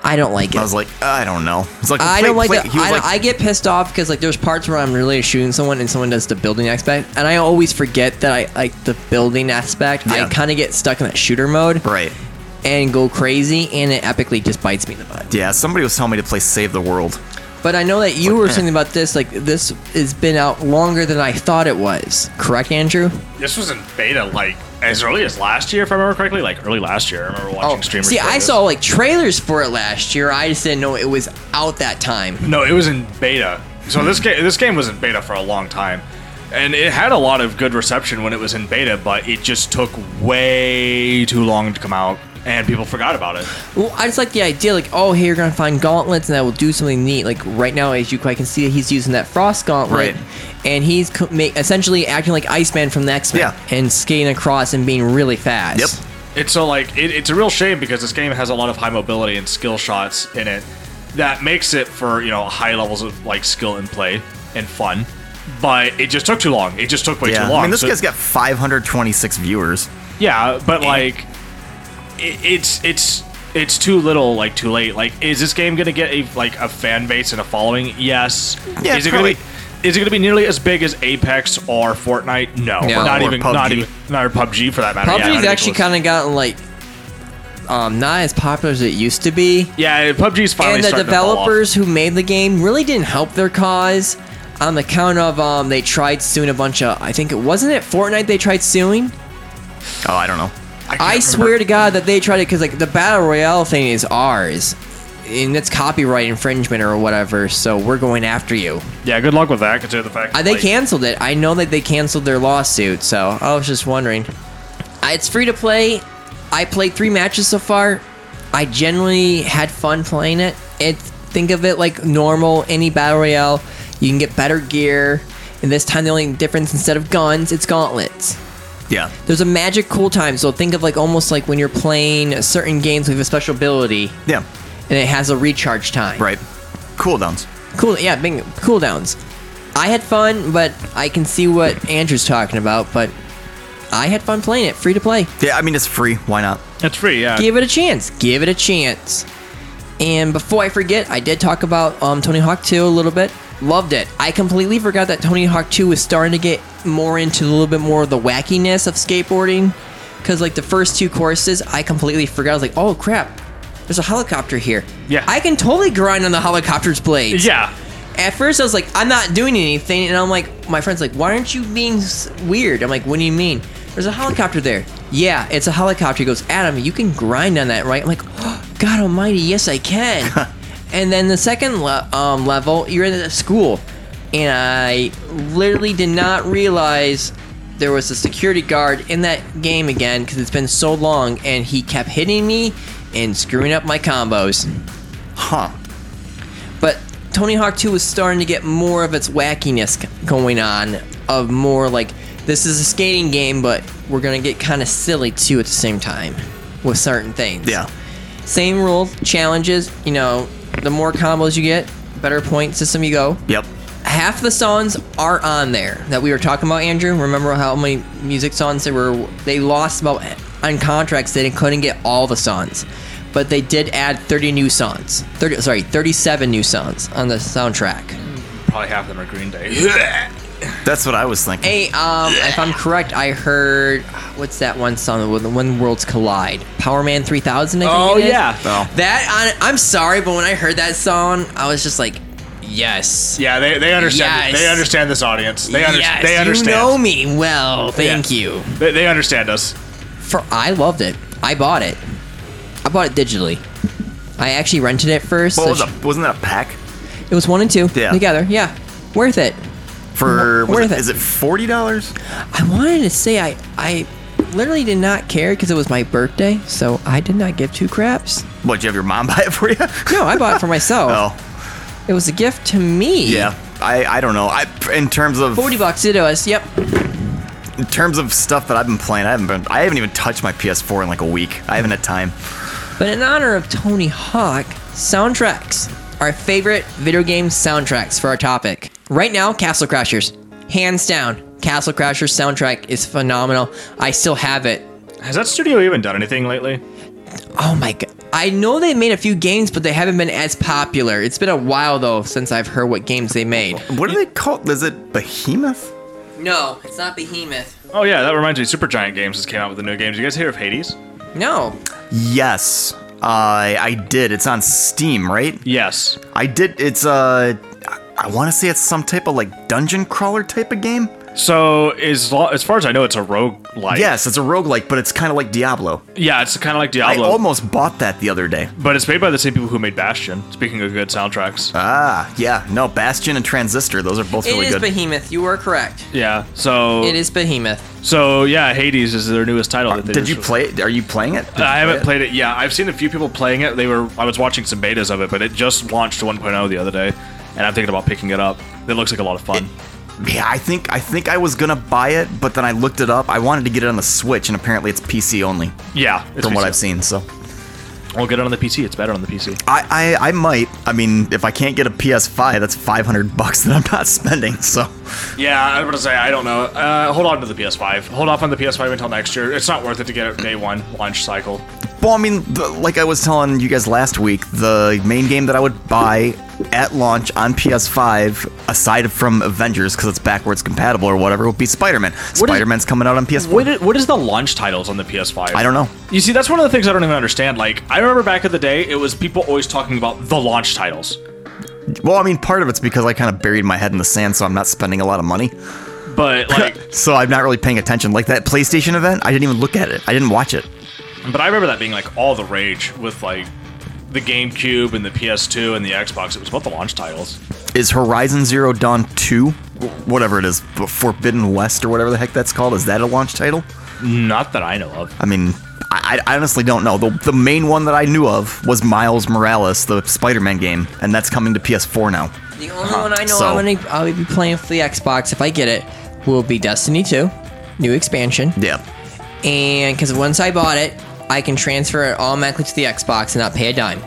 I don't like I it. was like, I don't know. It's like I play- don't like play- that. he was I, like, I get pissed off because like there's parts where I'm really shooting someone and someone does the building aspect, and I always forget that I like the building aspect. Yeah. I kind of get stuck in that shooter mode right. and go crazy, and it epically just bites me in the butt. Yeah, somebody was telling me to play Save the World. But I know that you were eh. saying about this. Like this has been out longer than I thought it was. Correct, Andrew? This was in beta like as early as last year, if I remember correctly. Like early last year, I remember watching streamers. Oh, see, play I this. saw like trailers for it last year. I just didn't know it was out that time. No, it was in beta. So this game this game was in beta for a long time. And it had a lot of good reception when it was in beta, but it just took way too long to come out and people forgot about it. Well, I just like the idea, like, oh, hey, you're gonna find gauntlets, and that will do something neat. Like right now, as you I can see, he's using that frost gauntlet, Right. and he's co- ma- essentially acting like Iceman from the X Men, Yeah. and skating across and being really fast. Yep. It's so like it, it's a real shame because this game has a lot of high mobility and skill shots in it that makes it for you know high levels of like skill and play and fun. But it just took too long. It just took way Yeah, too long. I mean, this So- guy's got 526 viewers. Yeah, but like, it, it's it's it's too little, like too late. Like, is this game gonna get a like a fan base and a following? Yes. Yeah, is it gonna be? Is it gonna be nearly as big as Apex or Fortnite? No, No. not Or even not PUBG. even not or PUBG for that matter. yeah, PUBG's not actually ridiculous. kind of gotten like, um, not as popular as it used to be, yeah. PUBG's finally and the starting to fall off. developers who made the game really didn't help their cause. On the count of um, they tried suing a bunch of, I think it wasn't it Fortnite they tried suing. Oh, I don't know. can't I remember. swear to God that they tried to, because like the battle royale thing is ours, and it's copyright infringement or whatever. So we're going after you. Yeah, good luck with that. Consider the fact Uh, that, they like, canceled it. I know that they canceled their lawsuit. So I was just wondering. Uh, It's free to play. I played three matches so far. I generally had fun playing it. It think of it like normal any battle royale. You can get better gear, and this time the only difference instead of guns, it's gauntlets Yeah. there's a magic cool time. So think of like almost like when you're playing certain games with a special ability Yeah. and it has a recharge time. Right. Cooldowns. Cool. Yeah. Bing. Cooldowns. I had fun, but I can see what Andrew's talking about. But I had fun playing it. Free to play. Yeah, I mean, it's free. Why not? it's free. Yeah, Give it a chance. Give it a chance. And before I forget, I did talk about um, Tony Hawk 2 a little bit. Loved it. I completely forgot that Tony Hawk 2 was starting to get more into a little bit more of the wackiness of skateboarding. Because, like, the first two courses, I completely forgot. I was like, oh, crap. There's a helicopter here. Yeah. I can totally grind on the helicopter's blades. yeah. At first, I was like, I'm not doing anything. And I'm like, my friend's like, why aren't you being s- weird? I'm like, what do you mean? There's a helicopter there. Yeah, it's a helicopter. He goes, Adam, you can grind on that, right? I'm like, oh, God almighty, yes, I can. and then the second le- um, level, you're in a school. And I literally did not realize there was a security guard in that game again because it's been so long. And he kept hitting me and screwing up my combos. Huh. But Tony Hawk 2 is starting to get more of its wackiness c- going on, of more like this is a skating game, but we're gonna get kind of silly too at the same time with certain things. Yeah. Same rules, challenges. You know, the more combos you get, better point system you go. Yep. Half the songs are on there that we were talking about, Andrew. Remember how many music songs there were? They lost about on contracts. They couldn't get all the songs, but they did add 30 new songs. 30, sorry, 37 new songs on the soundtrack. Probably half of them are Green Day. That's what I was thinking. Hey, um, if I'm correct, I heard what's that one song when the when worlds collide? Power Man 3000. I think Oh, it is? yeah. Oh. That on, I'm sorry, but when I heard that song, I was just like, yes. yeah, they, they understand. Yes. They understand this audience. They, under, yes, they understand. You know me well. Thank Yeah. you. They, they understand us. For I loved it. I bought it. I bought it digitally. I actually rented it first. What so was sh- a, wasn't that a pack? it was one and two Yeah. together. Yeah, worth it. For, was Worth it, it. is it $40? I wanted to say I I literally did not care because it was my birthday, so I did not give two craps. What, you have your mom buy it for you? No, I bought it for myself. oh, It was a gift to me. yeah. I, I don't know. I in terms of 40 bucks it was. Yep. in terms of stuff that I've been playing, I haven't been I haven't even touched my PS4 in like a week. I haven't had time. But in honor of Tony Hawk, soundtracks. Our favorite video game soundtracks for our topic. Right now, Castle Crashers. Hands down, Castle Crashers soundtrack is phenomenal. I still have it. Has that studio even done anything lately? Oh my god. I know they made a few games, but they haven't been as popular. It's been a while though since I've heard what games they made. What are they called? Is it Behemoth? No, it's not Behemoth. Oh yeah, that reminds me. Supergiant Games just came out with the new games. You guys hear of Hades? No. Yes. I I did. It's on Steam, right? Yes. I did. It's uh, I- I want to say it's some type of like dungeon crawler type of game. So as lo- as far as I know, it's a rogue like. Yes, it's a roguelike, but it's kind of like Diablo. Yeah, it's kind of like I Diablo, almost bought that the other day. but it's made by the same people who made Bastion. Speaking of good soundtracks. Ah, yeah. No, Bastion and Transistor. Those are both It is really good. Behemoth. You were correct. yeah. So It is Behemoth. So yeah, Hades is their newest title. that they did you just- play it? Are you playing it? Did you I haven't play played it. Yeah, I've seen a few people playing it. They were I was watching some betas of it, but it just launched 1.0 the other day, and I'm thinking about picking it up. It looks like a lot of fun. it? Yeah, I think I think I was gonna buy it, but then I looked it up. I wanted to get it on the Switch, and apparently it's PC only, yeah, it's from what PC. I've seen. So I'll get it on the PC. It's better on the PC. I, I I might. I mean, if I can't get a PS5, that's 500 bucks that I'm not spending. So Yeah, I'm gonna say I don't know. Uh, hold on to the PS5. Hold off on the PS5 until next year. It's not worth it to get it day one launch cycle. Well, I mean, the, like I was telling you guys last week, the main game that I would buy at launch on PS5, aside from Avengers, because it's backwards compatible or whatever, would be Spider Man. What is- Spider Man's coming out on PS4. What is, what is the launch titles on the PS5? I don't know. You see, that's one of the things I don't even understand. Like, I remember back in the day, it was people always talking about the launch titles. Well, I mean, part of it's because I kind of buried my head in the sand, so I'm not spending a lot of money. But like, So I'm not really paying attention. Like that PlayStation event, I didn't even look at it, I didn't watch it. but I remember that being like all the rage with like the GameCube and the PS2 and the Xbox. It was about the launch titles. Is Horizon Zero Dawn 2, wh- whatever it is, Forbidden West or whatever the heck that's called, is that a launch title? Not that I know of. I mean, I, I honestly don't know. The, the main one that I knew of was Miles Morales, the Spider Man game, and that's coming to PS4 now. The only one I know so- I'm gonna I'll be playing for the Xbox if I get it will be Destiny 2, new expansion. Yeah. And because once I bought it, I can transfer it automatically to the Xbox and not pay a dime.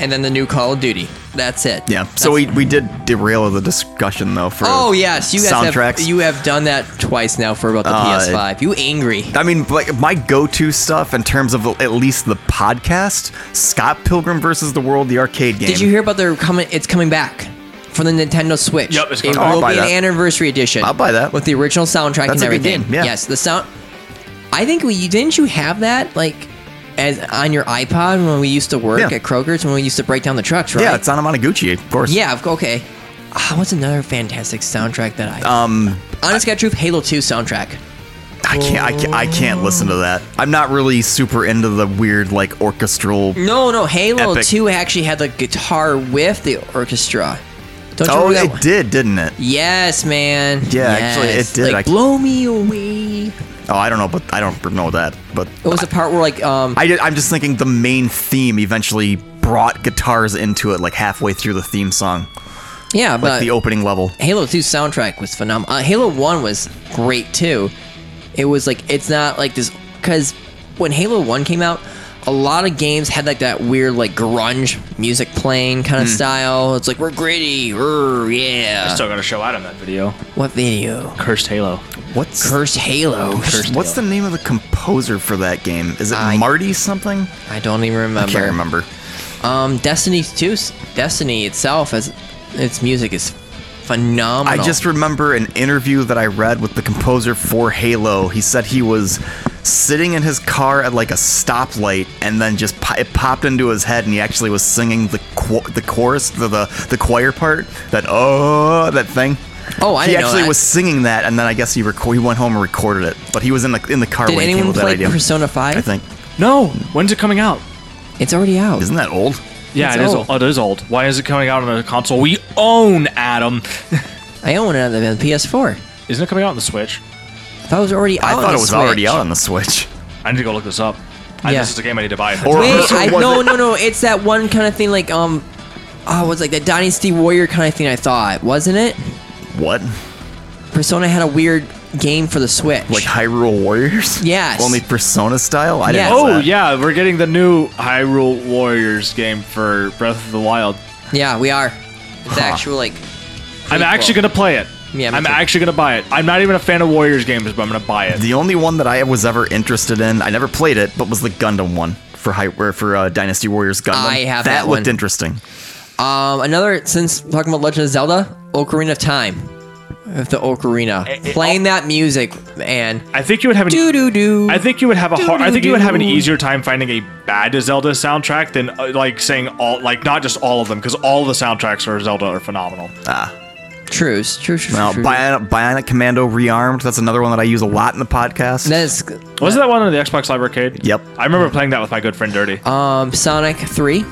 And then the new Call of Duty. That's it. Yeah. So That's- we, we did derail the discussion, though, for. Oh yes, you guys soundtracks. have you have done that twice now for about the Uh, PS5. You angry? I mean, like my go-to stuff in terms of at least the podcast, Scott Pilgrim versus the World, the arcade game. Did you hear about their coming? It's coming back for the Nintendo Switch. Yep, it's it coming back. will I'll be buy an that. anniversary edition. I'll buy that. Uh, with the original soundtrack That's and a good everything. game, yeah. Yes, the sound. I think we didn't you have that like as on your iPod when we used to work Yeah. at Kroger's when we used to break down the trucks, right? Yeah, it's on Amanaguchi, of course. yeah. of- Okay. Ah, what's another fantastic soundtrack that Uh, I um honest God truth Halo Two soundtrack. I can't, I can't, I can't listen to that. I'm not really super into the weird like orchestral. No, no, Halo Epic. Two actually had the guitar with the orchestra. Don't you Oh, remember that it one? did, didn't it? Yes, man. Yeah, actually, it Yes. did. Like, I- blow me away. It Oh, I don't know, but I don't know that. But was the part where like um I am just thinking the main theme eventually brought guitars into it like halfway through the theme song, yeah, but the opening level. Halo 2 soundtrack was phenomenal. Uh, Halo 1 was great too. It was like it's not like this cuz when Halo 1 came out, a lot of games had like that weird like grunge music playing Hmm. kind of style. It's like we're gritty. er, yeah. Still gotta show Adam that video. what video? Cursed Halo. What's Curse Halo. what's the name of the composer for that game? Is it I- Marty something? I don't even remember. Can't remember. Um, Destiny 2, 's- Destiny itself as its music is I phenomenal. just remember an interview that I read with the composer for Halo. He said he was sitting in his car at like a stoplight, and then just po- it popped into his head, and he actually was singing the qu- the chorus, the, the the choir part, that oh that thing. Oh, I he didn't know actually that. was singing that, and then I guess he reco- he went home and recorded it. But he was in the in the car Did when he came anyone with that play idea. Persona 5? I think No. When's it coming out? It's already out. isn't that old? Yeah, It's it is. old. old. it is old. Why is it coming out on a console we own, Adam? I own it on the PS4. Isn't it coming out on the Switch? That was already out. I on thought Oh, the it was Switch. already out on the Switch. I need to go look this up. I, Yeah. this is a game I need to buy. Or- Wait, So I, was no, it- no, no. It's that one kind of thing, like um, oh, it was like that Dynasty Warrior kind of thing. I thought, wasn't it? What? Persona had a weird game for the Switch. Like Hyrule Warriors? Yes. Only Persona style? I Yes. didn't know oh that. yeah, we're getting the new Hyrule Warriors game for Breath of the Wild. yeah, we are. It's Huh. actual like. I'm prequel. actually gonna play it. Yeah, me I'm too. actually gonna buy it. I'm not even a fan of Warriors games, but I'm gonna buy it. The only one that I was ever interested in, I never played it, but was the Gundam one for Hy- or for uh, Dynasty Warriors Gundam. I have that looked one. interesting. Um, another since we're talking about Legend of Zelda, Ocarina of Time, of the Ocarina, Eh, It- it- playing oh. that music and I think you would have an. doo doo doo. I think you would have a hard. I think you would have an Doo-doo-doo. easier time finding a bad Zelda soundtrack than uh, like saying all like not just all of them because all the soundtracks for Zelda are phenomenal. Truce, truce, truce, Now, truce. Bionic, Ah, Bionic Commando Rearmed, that's another one that I use a lot in the podcast. That is, Wasn't that one on the Xbox Live Arcade? Yep. Uh, I remember playing that with my good friend Dirty. um, Sonic Three.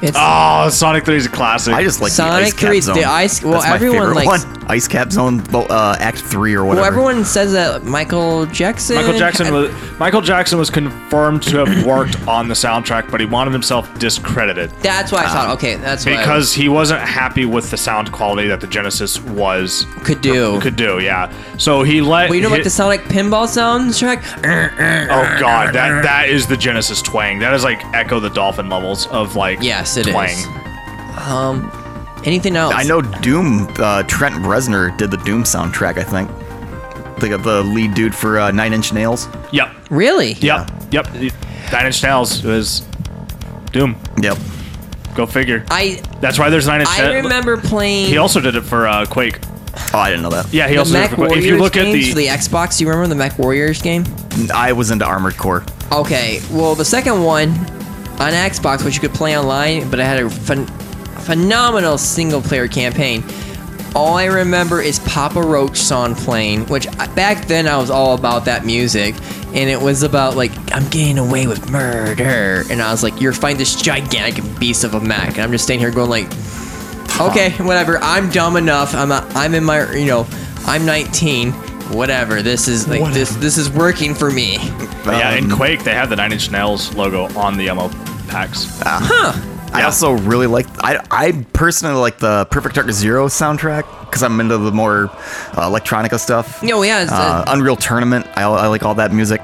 It's Ah, oh, Sonic 3 is a classic. I just like Sonic the Ice Cap 3, Zone. the ice- well, That's my everyone favorite likes- one. Ice Cap Zone bo- uh, Act 3 or well, whatever. everyone says that Michael Jackson. Michael Jackson had- was Michael Jackson was confirmed to have worked on the soundtrack, but he wanted himself discredited That's why I thought. Okay, that's what I Um, because he wasn't happy with the sound quality that the Genesis was could do. could do. Yeah, so he let. well, you know hi- what the Sonic pinball soundtrack? Oh god, that that is the Genesis twang. That is like Echo the Dolphin levels of like Yes, it is. twang. Um, anything else? I know Doom, uh, Trent Reznor did the Doom soundtrack, I think. The, the lead dude for uh, Nine Inch Nails. Yep, Really? yep, yep. Nine Inch Nails was Doom. Yep. Go figure. I That's why there's Nine Inch. I Nails. remember playing. Uh, He also did it for uh, Quake. Oh, I didn't know that. Yeah, he the also. Mech did it for Quake. Warriors If you look at games the, for the Xbox, do you remember the Mech Warriors game? I was into Armored Core. Okay, well, the second one on Xbox, which you could play online, but it had a phen- phenomenal single player campaign. All I remember is Papa Roach song playing, which I- back then I was all about that music, and it was about like I'm getting away with murder, and I was like, you're fighting this gigantic beast of a Mac, and I'm just standing here going like, okay, whatever, I'm dumb enough, I'm a, I'm in my you know, I'm 19, whatever, this is like this this is working for me. yeah, in Um, Quake they have the Nine Inch Nails logo on the ammo packs. Ah. I also really like. I, I personally like the Perfect Dark Zero soundtrack because I'm into the more uh, electronica stuff. No, yeah, it's, Uh, uh, Unreal Tournament. I, I like all that music.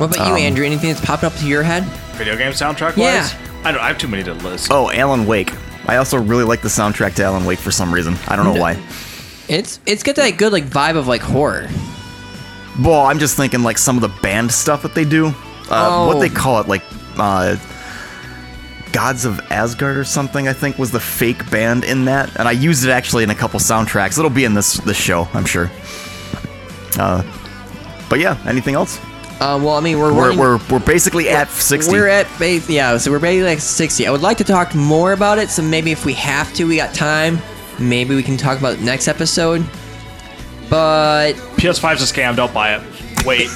What about you, Andrew? Anything that's popped up to your head? Video game soundtrack wise, Yeah. I don't. I have too many to list. Oh, Alan Wake. I also really like the soundtrack to Alan Wake for some reason. I don't know why. It's it's got that good like vibe of like horror. Well, I'm just thinking like some of the band stuff that they do. Uh, Oh. What they call it, like uh, Gods of Asgard or something. I think was the fake band in that, and I used it actually in a couple soundtracks. It'll be in this this show, I'm sure. Uh, but yeah, anything else? Uh, well, I mean, we're We're running- we're, we're basically at 60. We're at base, yeah, so we're basically like sixty. I would like to talk more about it, so maybe if we have to, we got time. Maybe we can talk about it next episode. But PS5's a scam. Don't buy it. Wait,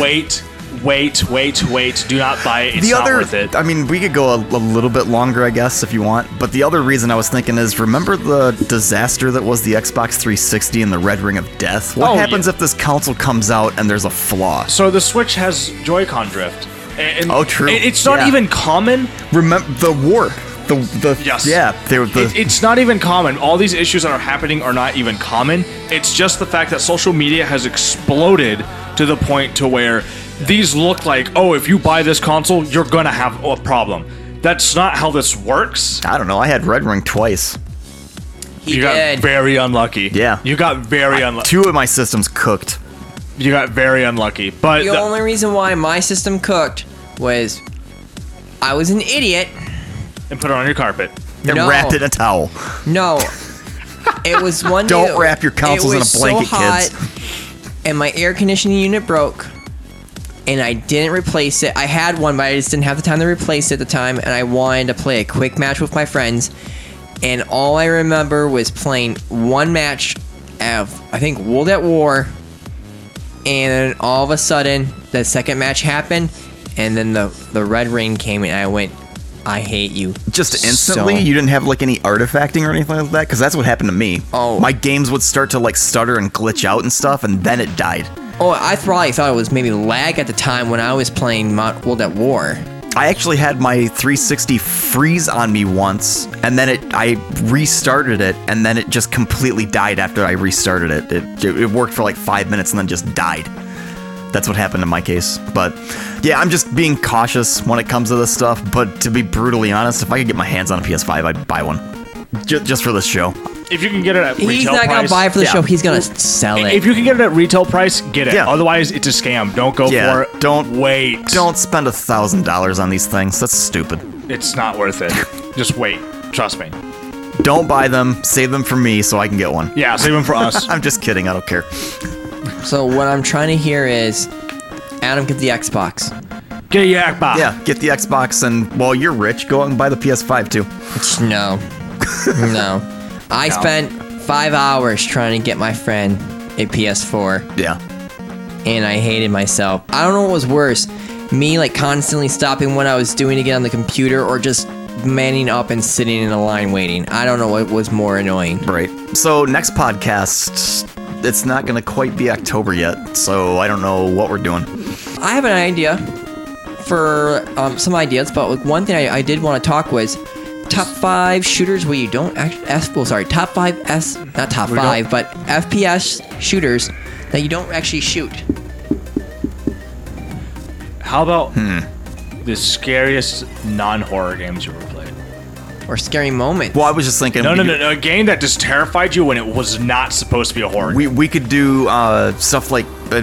wait, wait, wait, wait. Do not buy it. It's the not other, worth it. I mean, we could go a, a little bit longer, I guess, if you want. But the other reason I was thinking is, remember the disaster that was the Xbox 360 and the Red Ring of Death? What Oh, happens yeah. if this console comes out and there's a flaw? So the Switch has Joy-Con drift. And, and Oh, true. it- it's not Yeah. even common. Remember the warp. The the Yes. yeah. They were the It- it's not even common. All these issues that are happening are not even common. It's just the fact that social media has exploded to the point to where these look like, oh, if you buy this console, you're gonna have a problem. That's not how this works. I don't know. I had Red Ring twice. he you did. got very unlucky. Yeah. You got very unlucky. Two of my systems cooked. You got very unlucky. But the the- only reason why my system cooked was I was an idiot. and put it on your carpet. They're No. wrapped in a towel. No. It was one day. Don't that- wrap your consoles it in was a blanket, so hot, And my air conditioning unit broke, and I didn't replace it. I had one, but I just didn't have the time to replace it at the time, and I wanted to play a quick match with my friends. And all I remember was playing one match of, I think, World at War, and then all of a sudden, the second match happened, and then the, the red ring came, and I went, I hate you. Just so instantly, you didn't have like any artifacting or anything like that, because that's what happened to me. Oh. my games would start to like stutter and glitch out and stuff, and then it died. Oh, I probably thought it was maybe lag at the time when I was playing Mod- World at War. I actually had my 360 freeze on me once, and then it I restarted it, and then it just completely died after I restarted it. It, it, worked for like five minutes and then just died. That's what happened in my case. But yeah, I'm just being cautious when it comes to this stuff. But to be brutally honest, if I could get my hands on a PS5, I'd buy one. Ju- just for this show. If you can get it at He's retail not price, gonna buy it for the yeah. show. He's gonna sell it. If you can get it at retail price, get it. Yeah. Otherwise, it's a scam. Don't go Yeah, for it. don't- wait. Don't spend a thousand dollars on these things. That's stupid. It's not worth it. Just wait. Trust me. Don't buy them. Save them for me so I can get one. Yeah, save them for us. I'm just kidding. I don't care. so what I'm trying to hear is, Adam, get the Xbox. get a yak box. Yeah, get the Xbox, and while you're rich, go out and buy the PS5 too. No, no. I spent five hours trying to get my friend a PS4. Yeah. and I hated myself. I don't know what was worse, me like constantly stopping what I was doing to get on the computer, or just manning up and sitting in a line waiting. I don't know what was more annoying. Right. So next podcast, it's not gonna quite be October yet, so I don't know what we're doing. I have an idea for um, some ideas, but like, one thing I, I did want to talk was top five shooters where you don't actually F well, sorry top five S not top don't- five but FPS shooters that you don't actually shoot. How about Hmm. the scariest non-horror games you ever played? Or scary moments. Well, I was just thinking. No, we no, could- no, no. A game that just terrified you when it was not supposed to be a horror. game. We we could do uh, stuff like uh,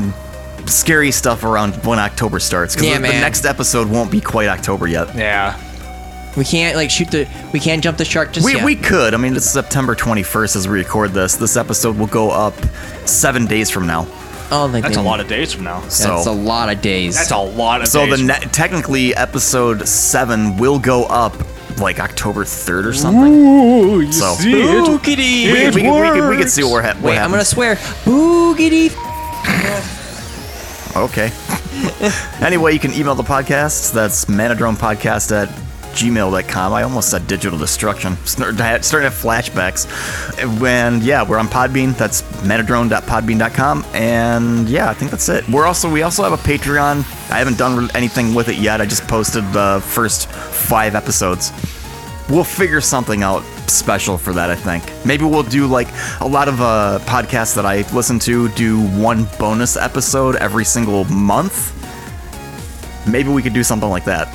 scary stuff around when October starts because Yeah, the, the man. next episode won't be quite October yet. yeah. We can't like shoot the we can't jump the shark just We, yet. we could. I mean, it's September 21st as we record this. This episode will go up seven days from now. I don't think That's they- a lot of days from now. So Oh, That's a lot of days. That's a lot of So days. the ne- technically episode seven will go up like October third or something. Ooh, you So- see it? boogity. we, It we, we, we, we can works. see what we're ha- what Wait, I'm gonna happens. swear. Boogity. Okay. anyway, you can email the podcast. That's manadromepodcast at gmail.com. I almost said digital destruction. Start- Starting to have flashbacks. And yeah, we're on Podbean. That's manadrone.podbean.com. And yeah, I think that's it. We're also we also have a Patreon. I haven't done re- anything with it yet. I just posted the first five episodes. We'll figure something out special for that, I think. Maybe we'll do like a lot of uh, podcasts that I listen to do one bonus episode every single month. Maybe we could do something like that.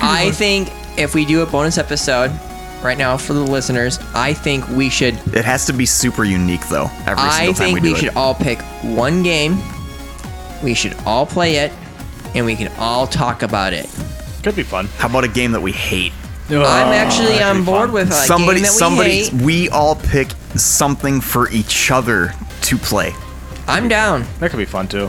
I think if we do a bonus episode right now for the listeners, I think we should. It has to be super unique though. Every I single time we think we, do should it. all pick one game. We should all play it, and we can all talk about it. Could be fun. How about a game that we hate? I'm actually that'd on be board fun. with a somebody, game that we somebody, hate. we all pick something for each other to play. I'm down. That could be fun too.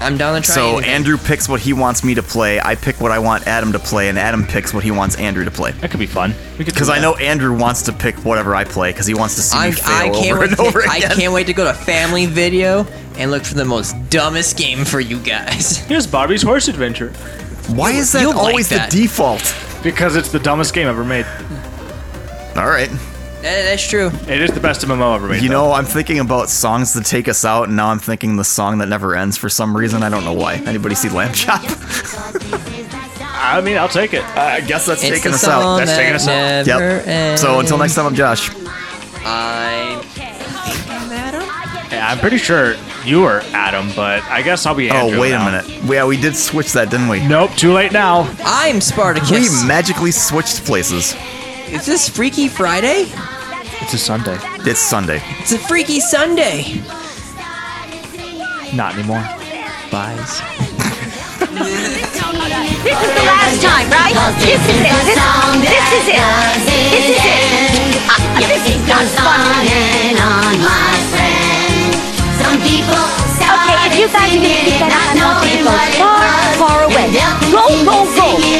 I'm down to try. so anything. Andrew picks what he wants me to play. I pick what I want Adam to play, and Adam picks what he wants Andrew to play. That could be fun. We could do Because I that. know Andrew wants to pick whatever I play because he wants to see I, me I fail can't over wait and to, over I again. can't wait to go to Family Video and look for the most dumbest game for you guys. Here's Bobby's Horse Adventure Why is that You'll like always that. the default? because it's the dumbest game ever made. All right. That- that's true. It is the best MMO ever made. You though. know, I'm thinking about songs to take us out, and now I'm thinking the song that never ends for some reason. I don't know why. Anybody see Lamb Chop? I mean, I'll take it. I guess that's It's taking the us song out. That's that taking us Yep. out. never ends. So until next time, I'm Josh. I'm Yeah, I'm pretty sure you were Adam, but I guess I'll be Andrew. oh, wait now. a minute. Yeah, we did switch that, didn't we? Nope, too late now. I'm We Spartacus. magically switched places. Is this Freaky Friday? It's a Sunday. It's Sunday. It's a Freaky Sunday. Not anymore. Buys. This is the last time, right? This is it. This, this is it. This is it. Uh, this is not funny. Okay, if you guys are gonna keep that up, no people far, far away. Go, go, go.